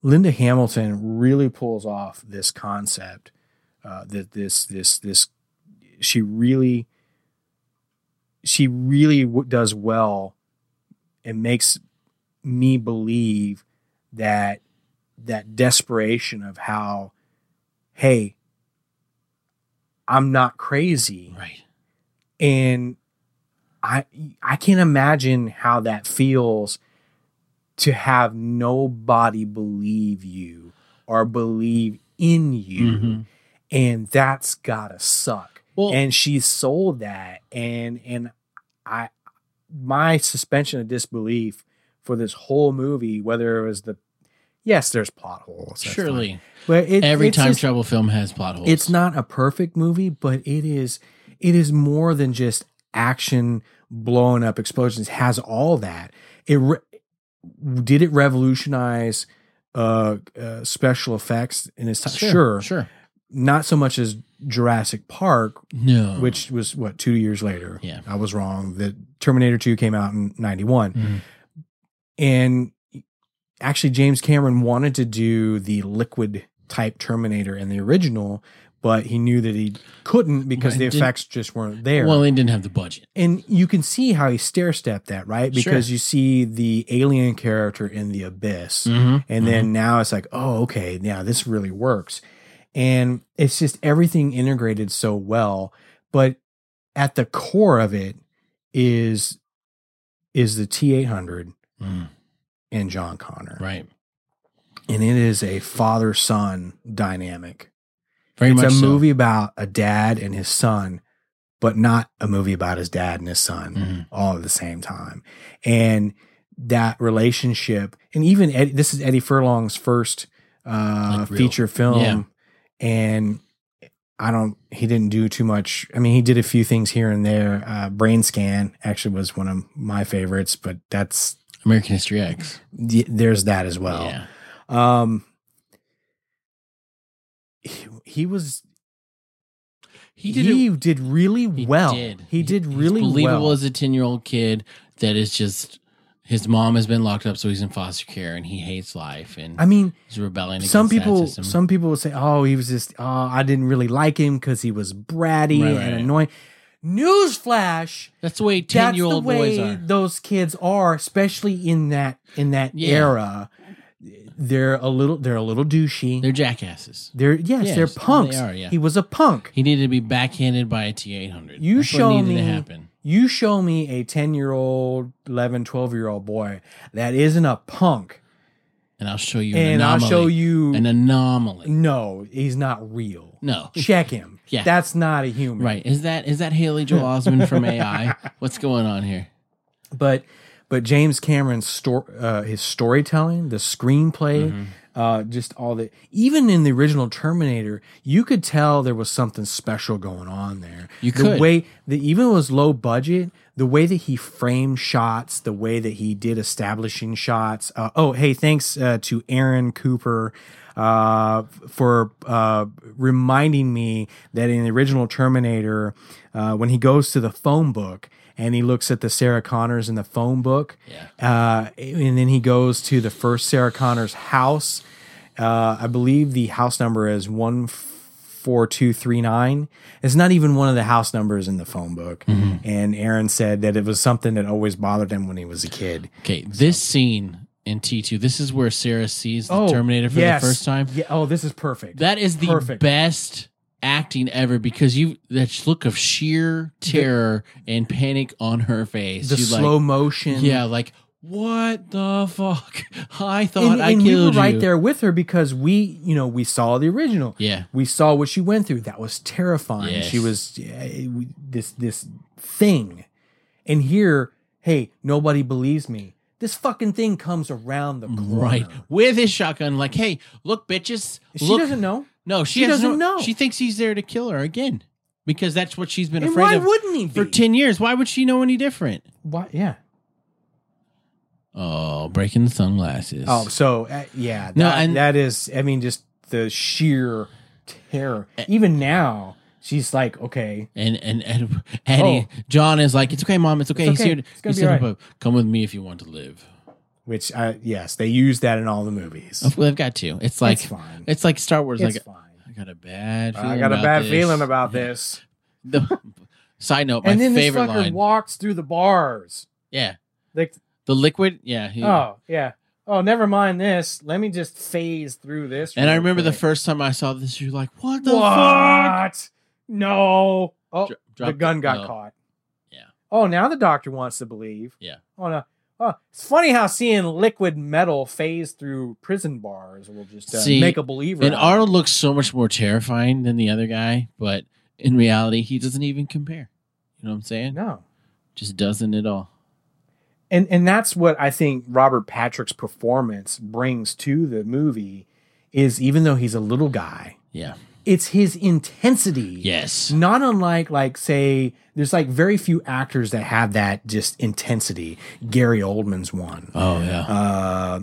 S3: Linda Hamilton really pulls off this concept uh, that this, this, this, she really, she really w- does well and makes me believe that, that desperation of how, hey, I'm not crazy
S4: Right.
S3: and i i can't imagine how that feels to have nobody believe you or believe in you
S4: Mhm.
S3: and that's gotta suck
S4: Well,
S3: and she sold that and and i my suspension of disbelief for this whole movie whether it was the yes there's plot holes that's fine.
S4: surely
S3: but it,
S4: every
S3: it's
S4: time
S3: just-
S4: travel film has plot holes.
S3: it's not a perfect movie, but it is it is more than just action, blowing up explosions. It has all that. It re- did it revolutionize uh, uh, special effects in its time. Sure,
S4: sure, sure.
S3: not so much as Jurassic Park,
S4: No,
S3: which was what two years later.
S4: Uh-huh. Yeah.
S3: I was wrong. The Terminator Two came out in ninety one,
S4: Mhm.
S3: and actually James Cameron wanted to do the liquid type Terminator in the original, but he knew that he couldn't because
S4: Right,
S3: the
S4: didn't-
S3: effects just weren't there.
S4: well, they didn't have the budget.
S3: and you can see how he stair stepped that, right? Because
S4: Sure.
S3: you see the alien character in the abyss.
S4: Mm-hmm.
S3: And then now it's like, oh, okay, now this really works. And it's just everything integrated so well. But at the core of it is is the T eight hundred and John Connor.
S4: Mm-hmm. right,
S3: And it is a father son dynamic.
S4: very
S3: it's
S4: much.
S3: a
S4: so.
S3: movie about a dad and his son, but not a movie about his dad and his son
S4: Mhm.
S3: all at the same time. And that relationship, and even Eddie, this is Eddie Furlong's first uh,
S4: Like real-
S3: feature film,
S4: yeah.
S3: and I don't. He didn't do too much. I mean, he did a few things here and there. Uh, Brain Scan actually was one of my favorites, but that's
S4: American History X.
S3: y- there's that as well.
S4: yeah,
S3: Um, he, he was
S4: he did. it,
S3: did really
S4: he
S3: well.
S4: did.
S3: He did
S4: he's
S3: really
S4: believable
S3: well.
S4: as a ten-year-old kid that is just his mom has been locked up, so he's in foster care and he hates life and
S3: I mean,
S4: he's rebelling.
S3: some
S4: against that
S3: people
S4: system.
S3: some people would say, "Oh, he was just oh, I didn't really like him because he was bratty
S4: Right,
S3: and
S4: right.
S3: annoying." Newsflash:
S4: that's the way
S3: That's the
S4: ten-year-old boys
S3: way
S4: are.
S3: those kids are, especially in that in that
S4: Yeah.
S3: era. they're a little they're a little douchey.
S4: They're jackasses.
S3: They're yes,
S4: Yes,
S3: they're
S4: they
S3: punks.
S4: are, yeah.
S3: He was a punk.
S4: He needed to be backhanded by a T eight hundred.
S3: You show
S4: what needed
S3: me-
S4: to happen.
S3: You show me a 10-year-old, 11, 12-year-old boy that isn't a punk
S4: And I'll show you an
S3: and I'll
S4: anomaly.
S3: show you
S4: an anomaly.
S3: no, he's not real.
S4: No.
S3: Check him.
S4: Yeah.
S3: That's not a human.
S4: Right. Is that is that Haley Joel Osment from AI? What's going on here?
S3: But but James Cameron's sto- uh, his storytelling, the screenplay,
S4: Mm-hmm.
S3: uh, just all the even in the original Terminator, you could tell there was something special going on there.
S4: You
S3: the
S4: could.
S3: way the even was low budget, the way that he framed shots, the way that he did establishing shots. Uh, oh, hey, thanks uh, to Aaron Cooper uh, for uh, reminding me that in the original Terminator, uh, when he goes to the phone book. And he looks at the Sarah Connors in the phone book, uh, and then he goes to the first Sarah Connors house. Uh, I believe the house number is one four two three nine. It's not even one of the house numbers in the phone book.
S4: Mm-hmm.
S3: And Aaron said that it was something that always bothered him when he was a kid.
S4: Okay, this scene in T two, this is where Sarah sees the Terminator for
S3: Oh, yes.
S4: the first time.
S3: Yeah. Oh, this is perfect.
S4: That is the
S3: Perfect.
S4: best acting ever because you that look of sheer terror and panic on her face.
S3: the
S4: She's like,
S3: slow motion.
S4: yeah, like what the fuck? I thought
S3: and,
S4: Oh, I
S3: and we were
S4: killed
S3: right
S4: you.
S3: there with her because we, you know, we saw the original.
S4: Yeah,
S3: We saw what she went through. That was terrifying.
S4: Yes.
S3: She was yeah, we- this this thing, and here, hey, nobody believes me. This fucking thing comes around the corner.
S4: right with his shotgun. Like, hey, look, bitches.
S3: She
S4: look.
S3: doesn't know.
S4: No, she,
S3: She
S4: has
S3: doesn't
S4: no-
S3: know.
S4: She thinks he's there to kill her again because that's what she's been
S3: And
S4: afraid
S3: why
S4: of
S3: wouldn't he be?
S4: for ten years. Why would she know any different?
S3: Why? Yeah.
S4: Oh, breaking the sunglasses.
S3: Oh, so uh, yeah. That,
S4: No, and-
S3: that is. I mean, just the sheer terror.
S4: Eh.
S3: Even now, she's like, okay,
S4: And and, and Eddie, John is like, it's okay, mom. It's okay.
S3: Oh. It's
S4: he's
S3: okay.
S4: here. To,
S3: It's gonna
S4: he's
S3: be
S4: here to
S3: all
S4: po- Come with me if you want to live.
S3: which I yes, they use that in all the movies.
S4: Well, I've got to. It's like
S3: it's fine.
S4: it's like Star Wars.
S3: It's
S4: Like
S3: fine.
S4: I got a bad. Feeling
S3: I got a
S4: about
S3: bad
S4: this.
S3: feeling about this.
S4: The, side note, my
S3: and then this
S4: favorite
S3: fucker
S4: line.
S3: walks through the bars.
S4: yeah,
S3: Like,
S4: the liquid. Yeah. he-
S3: oh yeah. Oh, never mind this. Let me just phase through this.
S4: And I
S3: real
S4: remember the
S3: quick.
S4: first time I saw this, you're like, "What the fuck?"
S3: what? No. Oh,
S4: Dro-
S3: the
S4: dropped
S3: gun got
S4: no.
S3: caught.
S4: Yeah.
S3: Oh, now the doctor wants to believe.
S4: Yeah.
S3: Oh no. Oh, it's funny how seeing liquid metal phase through prison bars will just uh,
S4: See,
S3: make a believer.
S4: And
S3: out of
S4: Arnold
S3: you.
S4: looks so much more terrifying than the other guy, but in reality, he doesn't even compare. You know what I'm saying?
S3: no.
S4: Just doesn't at all.
S3: And and that's what I think Robert Patrick's performance brings to the movie is even though he's a little guy,
S4: Yeah.
S3: it's his intensity.
S4: Yes.
S3: Not unlike like say there's like very few actors that have that just intensity. Gary Oldman's one.
S4: Oh yeah.
S3: Uh,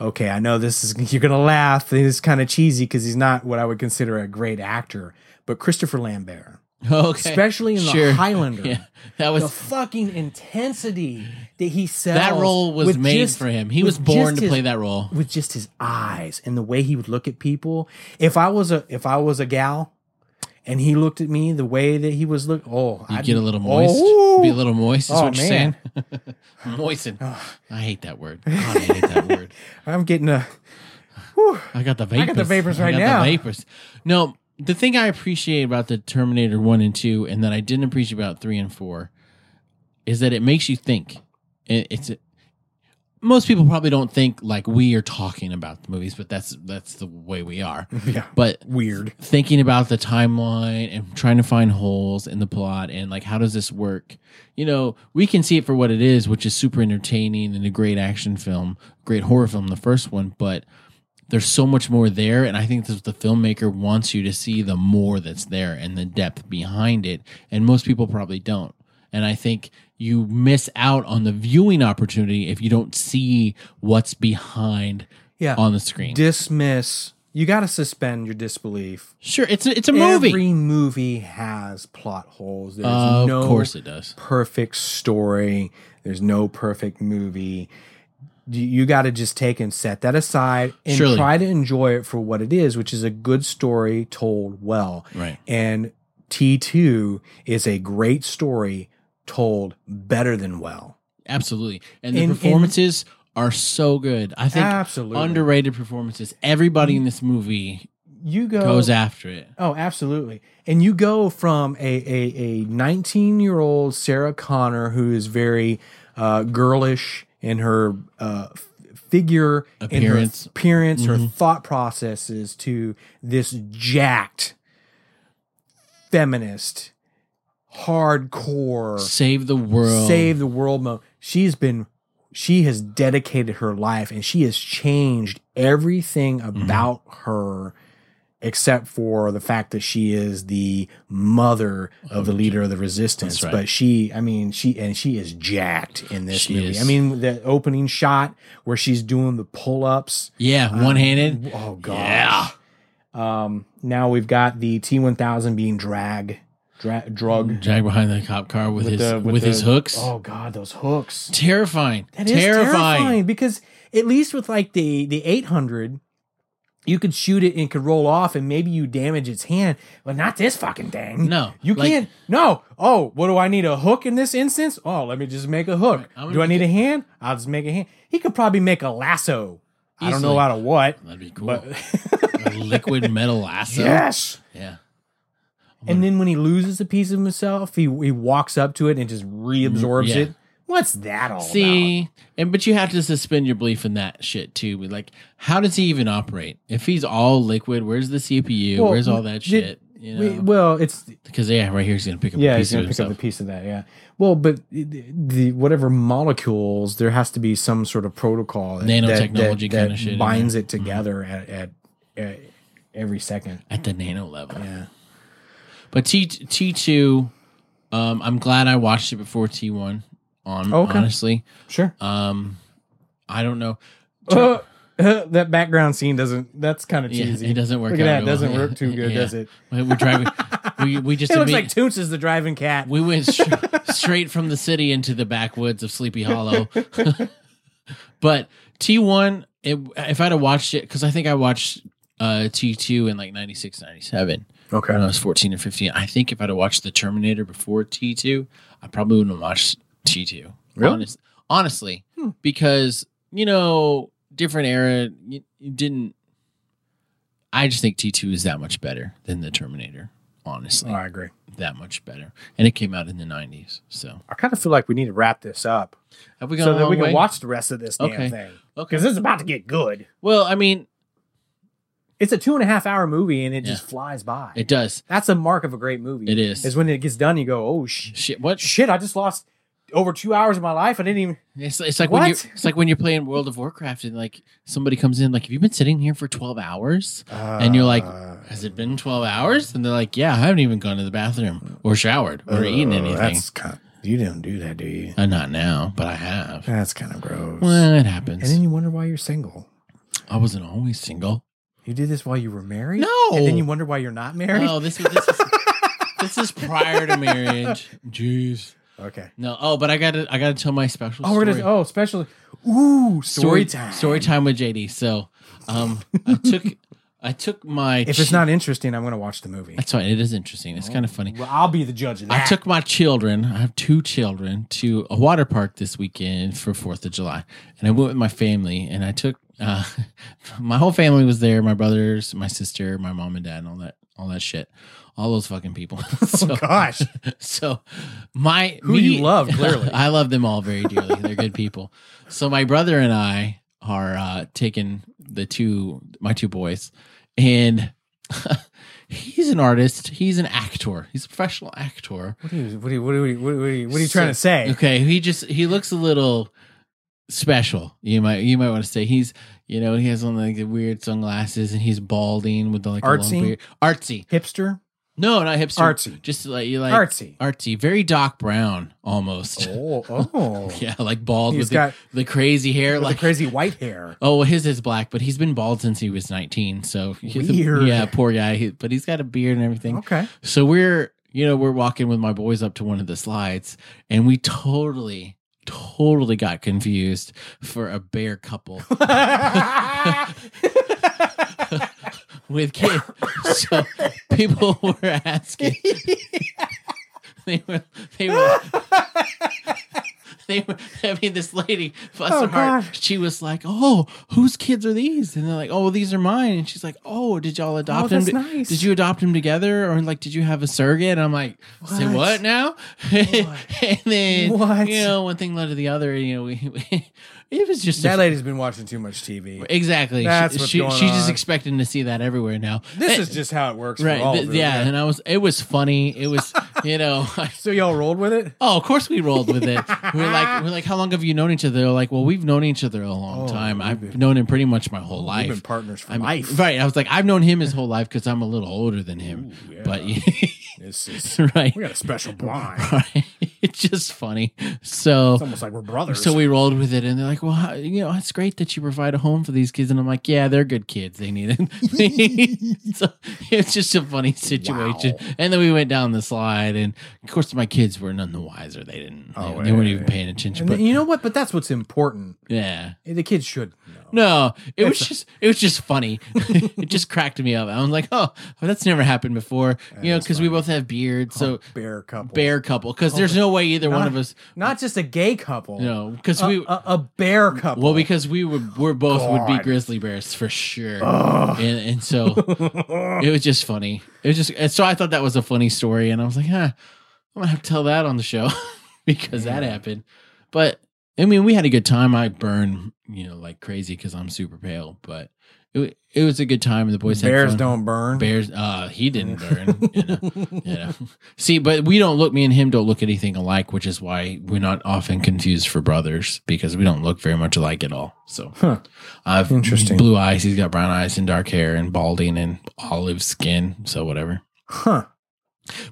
S3: okay, I know this is you're gonna laugh. It's kind of cheesy because he's not what I would consider a great actor, but Christopher Lambert,
S4: Okay.
S3: Uh, especially in
S4: Sure.
S3: the Highlander,
S4: Yeah. That
S3: the
S4: was
S3: fucking intensity that he sells.
S4: that role was
S3: with
S4: made
S3: just-
S4: for him. He
S3: with
S4: was born
S3: just
S4: to
S3: his-
S4: play that role.
S3: with just his eyes and the way he would look at people. If I was a if I was a gal. And he looked at me the way that he was look. Oh,
S4: You
S3: I'd
S4: get a
S3: be-
S4: little moist.
S3: Oh,
S4: Be a little moist. Is
S3: Oh,
S4: what you're
S3: man.
S4: saying? Moisten. I hate that word. God, I hate that word.
S3: I'm getting a.
S4: I got the vapors.
S3: I got the vapors right
S4: got
S3: now.
S4: The vapors. No, the thing I appreciate about the Terminator one and two, and that I didn't appreciate about three and four, is that it makes you think. It, it's most people probably don't think like we are talking about the movies, but that's that's the way we are.
S3: Yeah,
S4: But
S3: weird.
S4: thinking about the timeline and trying to find holes in the plot and like how does this work you know we can see it for what it is which is super entertaining and a great action film great horror film the first one but there's so much more there and i think that's what the filmmaker wants you to see the more that's there and the depth behind it and most people probably don't and i think you miss out on the viewing opportunity if you don't see what's behind
S3: Yeah.
S4: on the screen
S3: dismiss. You got to suspend your disbelief.
S4: sure it's a, it's a movie
S3: Every movie has plot holes. There's
S4: of
S3: no
S4: course it does
S3: perfect story. There's no perfect movie. You, got to just take and set that aside and
S4: Surely.
S3: try to enjoy it for what it is, which is a good story told well.
S4: Right.
S3: And T2 is a great story told better than well.
S4: Absolutely. And the
S3: And- and-
S4: performances are so good. I think
S3: Absolutely.
S4: underrated performances. Everybody in this movie
S3: you go
S4: goes after it.
S3: Oh, absolutely. And you go from a a, a 19 year old Sarah Connor who is very uh, girlish in her uh, f- figure, in her
S4: Appearance.
S3: appearance, her thought processes to this jacked feminist, hardcore
S4: Save the world.
S3: save the world mode. She's been she has dedicated her life and she has changed everything
S4: Mm-hmm.
S3: about her except for the fact that she is the mother of the leader of the resistance
S4: right.
S3: but she i mean she and she is jacked in this
S4: She
S3: movie
S4: is.
S3: i mean the opening shot where she's doing the pull-ups
S4: Yeah, one handed.
S3: oh gosh um now we've got the t1000 being drag dra- drug
S4: Drag behind the cop car with, Mm. his
S3: the-
S4: with, his
S3: the-
S4: hooks.
S3: oh god those hooks
S4: Terrifying.
S3: that is
S4: terrifying.
S3: terrifying. because at least with like the the 800 you could shoot it and it could roll off and maybe you damage its hand, but not this fucking thing.
S4: No,
S3: You
S4: like-
S3: can't. No. Oh, what do I need a hook in this instance? Oh, let me just make a hook.
S4: I'm gonna
S3: do I
S4: make
S3: need a hand? I'll just make a hand. He could probably make a lasso. I don't know
S4: Easily.
S3: out of what.
S4: That'd be cool.
S3: But
S4: A liquid metal lasso.
S3: yes.
S4: Yeah.
S3: And then when he loses a piece of himself, he he walks up to it and just reabsorbs
S4: Yeah.
S3: it. What's that all about?
S4: See, and but you have to suspend your belief in that shit too. But like, how does he even operate? If he's all liquid, where's the CPU?
S3: Well,
S4: where's all
S3: did-
S4: that shit? You
S3: We-
S4: know,
S3: well, it's
S4: because yeah, right here he's gonna pick up
S3: yeah,
S4: a piece
S3: he's
S4: of
S3: gonna pick up
S4: himself.
S3: the piece of that. Yeah. Well, but the, the whatever molecules, there has to be some sort of protocol, that- that, that,
S4: Nanotechnology kinda shit in
S3: that binds it together at, at, at every second.
S4: at the nano level.
S3: Yeah.
S4: But T T two, um, I'm glad I watched it before T one. On
S3: Okay.
S4: honestly,
S3: Sure.
S4: um, I don't know.
S3: Uh, uh, that background scene doesn't. That's kind of
S4: Yeah,
S3: cheesy.
S4: it doesn't work.
S3: Look at
S4: out
S3: that.
S4: real
S3: doesn't
S4: well.
S3: work too good,
S4: Yeah.
S3: does it?
S4: We- We're driving. we we just
S3: It looks
S4: imme-
S3: like Toots is the driving cat.
S4: We went str- straight from the city into the backwoods of Sleepy Hollow. but T1, it, if I'd have watched it, because I think I watched uh, T2 in like 96, 97 when I
S3: Okay.
S4: was 14 or 15. I think if I'd have watched The Terminator before T2, I probably wouldn't have watched T2.
S3: Really? Hmm.
S4: Honest- honestly, because, you know, different era, you, you didn't. I just think T2 is that much better than The Terminator, honestly
S3: Oh, I agree.
S4: that much better. And it came out in the nineties. So
S3: I kind of feel like we need to wrap this up
S4: have we gone
S3: so
S4: a
S3: that
S4: long
S3: we can
S4: way?
S3: watch the rest of this damn
S4: Okay.
S3: thing
S4: Okay.
S3: because this is about to get good.
S4: Well, I mean,
S3: It's a two and a half hour movie and it
S4: Yeah.
S3: just flies by.
S4: it does.
S3: That's a mark of a great movie.
S4: It is.
S3: Is when it gets done, you go, oh sh-
S4: Shit. What?
S3: shit! I just lost over two hours of my life. I didn't even.
S4: It's, it's like when
S3: What?
S4: you are it's like when you're playing World of Warcraft and like somebody comes in like, have you been sitting here for twelve hours?
S3: Uh,
S4: and you're like, has it been twelve hours? And they're like, yeah, I haven't even gone to the bathroom or showered
S3: Uh,
S4: or eaten anything.
S3: kind. oh, you don't do that, do you?
S4: Uh, not now, but I have.
S3: That's kind of gross.
S4: Well, it
S3: and then
S4: happens.
S3: you wonder why you're single.
S4: I wasn't always single.
S3: You did this while you were married.
S4: No.
S3: And then you wonder why you're not married.
S4: Oh, this was this is this is prior to marriage. Jeez.
S3: okay.
S4: No. Oh, but I gotta I gotta tell my special.
S3: Oh, we're
S4: story.
S3: gonna. Oh, special. Ooh, story, time.
S4: Story time with JD. So, um, I took I took my.
S3: If
S4: chi-
S3: it's not Oh. interesting, I'm gonna watch the movie.
S4: that's fine. It is interesting. It's kind of funny.
S3: Well, I'll be the judge of
S4: I
S3: that.
S4: took my children. I have two children to a water park this weekend for Fourth of July, and I went with my family. And I took uh, my whole family was there. My brothers, my sister, my mom and dad, and all that, all that shit, all those fucking people. so,
S3: Oh, Gosh.
S4: so my
S3: Who you love, clearly.
S4: I love them all very dearly. They're good people. So my brother and I are uh, taking the two my two boys, and he's an artist. He's an actor. He's a professional actor.
S3: What are you? What are you? What are you? What are you, what are you trying to
S4: So-
S3: say?
S4: Okay, he just he looks a little special. You might you might want to say he's you know he has on like the weird sunglasses and he's balding with the like a long
S3: Artsy?
S4: beard. artsy.
S3: Hipster.
S4: No, not hipster.
S3: Artsy.
S4: Just like you like
S3: Artsy.
S4: Artsy, very Doc Brown almost.
S3: Oh, oh.
S4: Yeah, like bald
S3: He's
S4: with
S3: got-
S4: the, the crazy hair.
S3: With
S4: Like
S3: the crazy white hair.
S4: Oh, well, his is black, but he's been bald since he was nineteen. So he's a-
S3: Weird.
S4: yeah, poor guy. He- but he's got a beard and everything.
S3: Okay.
S4: So we're, you know, we're walking with my boys up to one of the slides and we totally, totally got confused for a bear couple with kids. so people were asking. they were, they were, they, were- I mean, this lady, bless
S3: Oh,
S4: her heart,
S3: God.
S4: she was like, "Oh, whose kids are these?" And they're like, "Oh, these are mine." And she's like, "Oh, did y'all adopt them?
S3: that's
S4: to-
S3: nice.
S4: Did you adopt them together, or like, did you have a surrogate?" And I'm like, "Say
S3: What?
S4: what now?" and then
S3: What?
S4: you know, one thing led to the other. You know, we, we it was just
S3: That
S4: a-
S3: lady's been watching too much TV.
S4: exactly.
S3: That's
S4: she,
S3: what's
S4: she-
S3: going
S4: she's just
S3: on.
S4: expecting to see that everywhere now.
S3: This
S4: Eh,
S3: is just how it works.
S4: right.
S3: For all
S4: th-
S3: of it,
S4: yeah, and I was. It was funny. It was you know.
S3: So y'all rolled with it.
S4: Oh, of course we rolled with it. We're like, we're like, how long have you known each other? They're like, well, we've known each other a long
S3: Oh,
S4: time.
S3: we've
S4: I've
S3: been-
S4: known him pretty much my whole
S3: We've been
S4: life.
S3: partners for
S4: I'm,
S3: life.
S4: Right. I was like, I've known him his whole life because I'm a little older than him.
S3: Ooh, yeah.
S4: But
S3: This is
S4: right,
S3: we got a special blind.
S4: right. It's just funny. So
S3: It's almost like we're brothers.
S4: so we rolled with it, and they're like, "Well, how, you know, it's great that you provide a home for these kids." And I'm like, "Yeah, they're good kids. They need it." so it's just a funny situation.
S3: Wow.
S4: And then we went down the slide, and of course, my kids were none the wiser. They didn't.
S3: Oh,
S4: they, they weren't
S3: yeah,
S4: even
S3: yeah.
S4: paying attention.
S3: And
S4: But
S3: then- you know what? But that's what's important.
S4: yeah.
S3: The kids should know.
S4: No, it was just it was just funny. it just cracked me up. I was like, oh, well, that's never happened before, you know,
S3: is Oh,
S4: because we both have beards. So
S3: bear couple.
S4: bear couple, because there's no way either one
S3: Oh, Not-
S4: of us,
S3: Not just a gay couple.
S4: you know, because
S3: A,
S4: we
S3: a, a bear couple.
S4: Well, because we were we're both would be
S3: Uh, God.
S4: grizzly bears for sure, and, and so it was just funny. It was just and so I thought that was a funny story, and I was like, huh, I'm gonna have to tell that on the show because that happened. But I mean, we had a good time. I burn you know like crazy because I'm super pale, but it wa- it was a good time, and the boys had
S3: bears
S4: fun.
S3: don't burn.
S4: Bears, uh, he didn't burn. You know, you know. See, but we don't look. Me and him don't look anything alike, which is why we're not often confused for brothers because we don't look very much alike at all. So,
S3: Huh.
S4: I've
S3: Interesting.
S4: blue eyes. He's got brown eyes and dark hair and balding and olive skin. So whatever.
S3: Huh.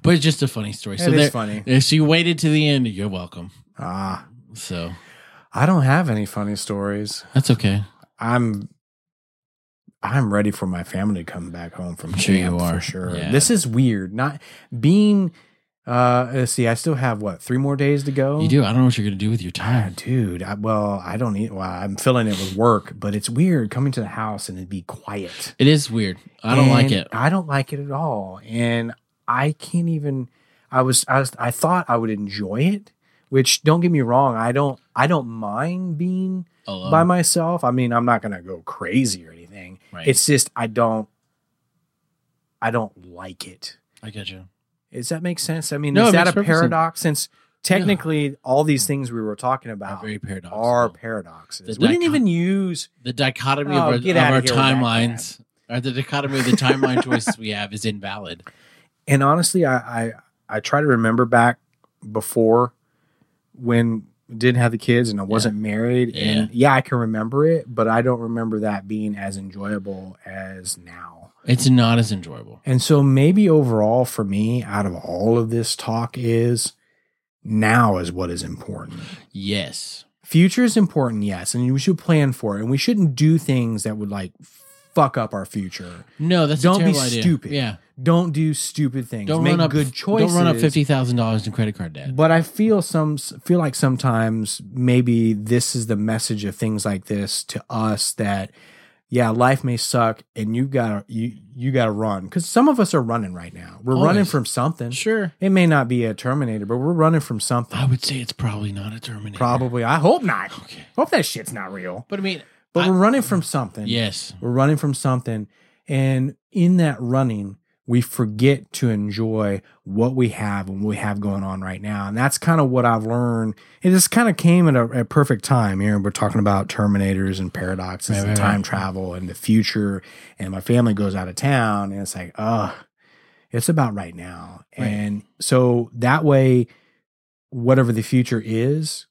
S4: But it's just a funny story.
S3: That
S4: so
S3: is
S4: there,
S3: funny.
S4: if you waited to the end, you're welcome.
S3: Ah,
S4: So
S3: I don't have any funny stories.
S4: that's okay.
S3: I'm I'm ready for my family to come back home from
S4: I'm sure you
S3: camp
S4: are.
S3: for sure.
S4: Yeah.
S3: This is weird. Not being uh let's see, I still have what, three more days to go?
S4: You do. I don't know what you're gonna do with your
S3: Ah,
S4: time.
S3: dude, I, well, I don't need. Well, I'm filling it with work, but it's weird coming to the house and it'd be quiet.
S4: It is weird. I don't like
S3: And
S4: it.
S3: I don't like it at all, and I can't even. I was, I was, I thought I would enjoy it. Which don't get me wrong, I don't, I don't mind being
S4: Alone.
S3: by myself. I mean, I'm not gonna go crazy or anything.
S4: right.
S3: It's just I don't, I don't like it.
S4: I get you.
S3: Does that make sense? I mean,
S4: No, it
S3: is that
S4: makes
S3: a
S4: perfect sense.
S3: paradox? Since technically, all these things we were talking
S4: Are
S3: about
S4: very paradoxical.
S3: are paradoxes.
S4: The
S3: We didn't
S4: dichot-
S3: even use
S4: the dichotomy
S3: Oh,
S4: of our,
S3: get
S4: of
S3: outta
S4: our
S3: here with that
S4: timelines or the dichotomy of the timeline choices we have is invalid.
S3: and honestly I, I i try to remember back before when we didn't have the kids and i wasn't married and yeah i can remember it but i don't remember that being as enjoyable as now
S4: It's not as enjoyable.
S3: and so maybe overall for me out of all of this talk is now is what is important
S4: Yes.
S3: future is important yes and we should plan for it and we shouldn't do things that would like fuck up our future
S4: No, that's a
S3: Don't be
S4: terrible idea.
S3: stupid.
S4: Yeah.
S3: don't do stupid things
S4: Don't
S3: make
S4: run up
S3: good choices Mm-hmm.
S4: Don't run up fifty thousand dollars in credit card debt.
S3: But I feel some feel like sometimes maybe this is the message of things like this to us that yeah, life may suck and you got to you you got to run cuz some of us are running right now. We're
S4: Always.
S3: running from something.
S4: Sure.
S3: It may not be a terminator, but we're running from something.
S4: I would say it's probably not a Terminator.
S3: Probably. I hope not.
S4: Oh, Okay.
S3: Hope that shit's not real.
S4: But I mean
S3: But
S4: I-
S3: we're running from something.
S4: Yes.
S3: We're running from something. And in that running, we forget to enjoy what we have and what we have going on right now. And that's kind of what I've learned. It just kind of came at a, a perfect time. You know, we're talking about Terminators and paradoxes
S4: Right,
S3: and
S4: right,
S3: time
S4: right.
S3: travel and the future. And my family goes out of town and it's like, ugh, it's about right now.
S4: Right.
S3: And so that way, whatever the future is,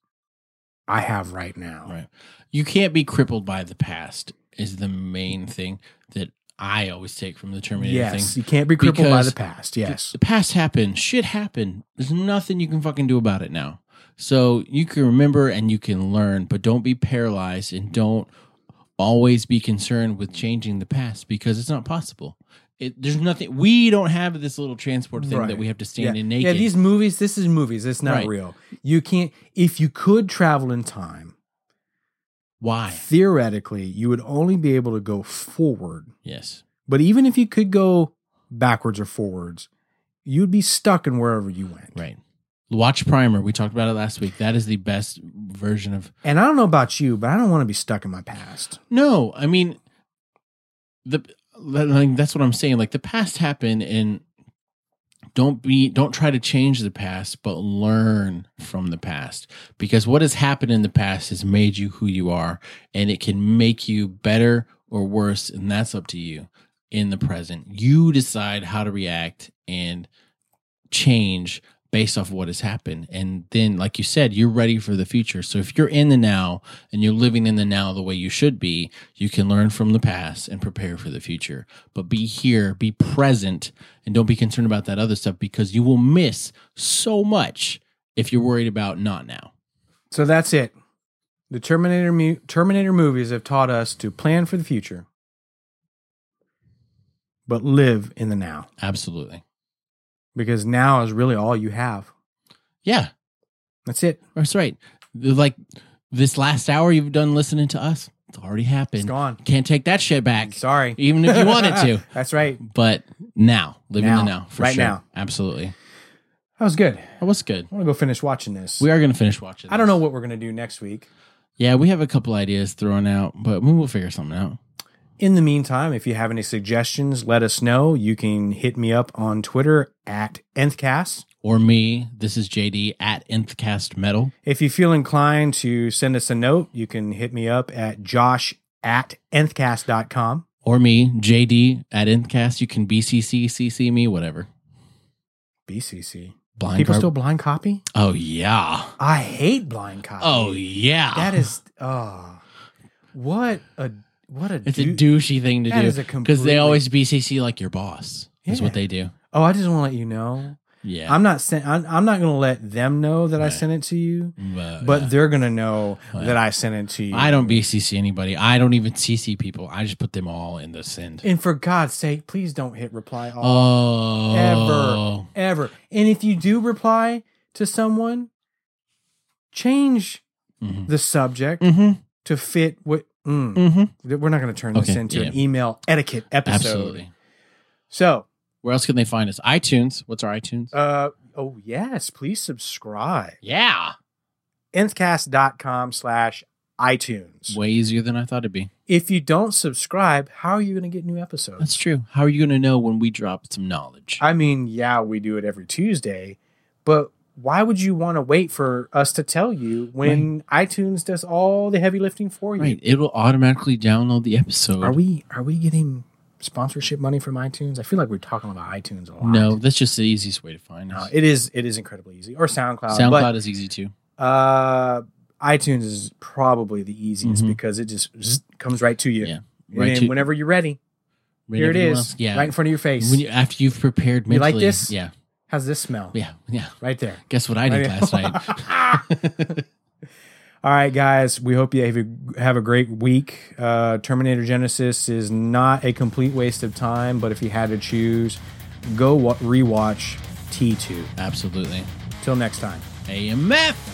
S3: I have right now.
S4: Right. You can't be crippled by the past is the main thing that I always take from the Terminator thing.
S3: Yes, you can't be crippled by
S4: Because-
S3: the past. Yes.
S4: The past happened. Shit happened. There's nothing you can fucking do about it now. So you can remember and you can learn, but don't be paralyzed and don't always be concerned with changing the past because it's not possible. It, there's nothing. We don't have this little transport thing that
S3: Right.
S4: we have to stand
S3: yeah.
S4: in naked.
S3: Yeah, these movies, this is movies. It's not
S4: Right.
S3: real. You can't if you could travel in time,
S4: Why?
S3: theoretically, you would only be able to go forward.
S4: Yes.
S3: But even if you could go backwards or forwards, you'd be stuck in wherever you went.
S4: Right. Watch Primer. We talked about it last week. That is the best version of
S3: And I don't know about you, but I don't want to be stuck in my past.
S4: No, I mean the like, that's what I'm saying. Like the past happened and don't be don't try to change the past, but learn from the past. Because what has happened in the past has made you who you are and it can make you better or worse and that's up to you in the present. You decide how to react and change based off of what has happened. And then, like you said, you're ready for the future. So if you're in the now and you're living in the now the way you should be, you can learn from the past and prepare for the future. But be here, be present, and don't be concerned about that other stuff because you will miss so much if you're worried about not now.
S3: So that's it. The Terminator mu- Terminator movies have taught us to plan for the future, but live in the now
S4: Absolutely.
S3: because now is really all you have.
S4: Yeah,
S3: That's it.
S4: that's right. Like this last hour you've done listening to us, it's already
S3: It's
S4: happened.
S3: gone.
S4: Can't take that shit back,
S3: Sorry.
S4: even if you wanted to.
S3: that's right.
S4: but now living in the
S3: Now.
S4: now for
S3: Right
S4: sure.
S3: now.
S4: absolutely
S3: That was good. I
S4: that was good
S3: want to go finish watching this.
S4: we are going to finish watching
S3: I don't
S4: this.
S3: know what we're going to do next week.
S4: yeah we have a couple ideas thrown out but we will figure something out
S3: In the meantime, if you have any suggestions, let us know. You can hit me up on Twitter at nthcast.
S4: or me this is jd at nth cast metal
S3: If you feel inclined to send us a note, you can hit me up at josh at nthcast.com.
S4: or me jd at nth cast you can bcc cc me whatever
S3: BCC.
S4: blind
S3: People
S4: Car-
S3: still blind copy?
S4: oh yeah
S3: I hate blind copy.
S4: oh yeah
S3: That is, oh, what a, what a,
S4: it's
S3: dou-
S4: a douchey thing to
S3: That
S4: do
S3: is a
S4: because they
S3: completely-
S4: always bcc like your boss is
S3: Yeah.
S4: what they do
S3: Oh, I just want to let you know.
S4: yeah
S3: I'm not, sen- I'm, I'm not going to let them know that I
S4: Right.
S3: sent it to you,
S4: but,
S3: but
S4: yeah.
S3: they're going to know
S4: Right.
S3: that I sent it to you.
S4: I don't BCC anybody. I don't even CC people. I just put them all in the send.
S3: And for God's sake, please don't hit reply all
S4: Oh,
S3: Ever. ever. And if you do reply to someone, change
S4: Mhm.
S3: the subject
S4: Mm-hmm.
S3: to fit what. Mm,
S4: Mm-hmm.
S3: Th- We're not going to turn this
S4: Okay,
S3: into an
S4: yeah.
S3: email etiquette episode.
S4: Absolutely.
S3: So,
S4: Where else can they find us? iTunes. What's our iTunes?
S3: uh, oh yes, please subscribe.
S4: yeah.
S3: Nthcast.com slash iTunes.
S4: Way easier than I thought it'd be.
S3: If you don't subscribe, how are you going to get new episodes?
S4: That's true. How are you going to know when we drop some knowledge?
S3: I mean, yeah, we do it every Tuesday, but why would you want to wait for us to tell you when iTunes does all the heavy lifting for you?
S4: right. It'll automatically download the episode.
S3: Are we are we getting sponsorship money from iTunes? I feel like we're talking about iTunes a lot.
S4: No, that's just the easiest way to find
S3: No,
S4: us.
S3: it is it is incredibly easy. Or SoundCloud.
S4: SoundCloud is easy too.
S3: But, uh, iTunes is probably the easiest
S4: Mhm.
S3: because it just zzz, comes right to you.
S4: Yeah,
S3: And
S4: right
S3: then
S4: to-
S3: whenever you're ready, here it
S4: Everyone
S3: is,
S4: else? Yeah.
S3: right in front of your face.
S4: when you, after you've prepared
S3: You
S4: mentally.
S3: like this?
S4: Yeah.
S3: How's this smell?
S4: Yeah. Yeah.
S3: Right there.
S4: Guess what I did
S3: Right-
S4: last night?
S3: All right, guys. We hope you have a, have a great week. Uh, Terminator Genesis is not a complete waste of time, but if you had to choose, go wa- rewatch T2.
S4: Absolutely.
S3: Till next time.
S4: AMF.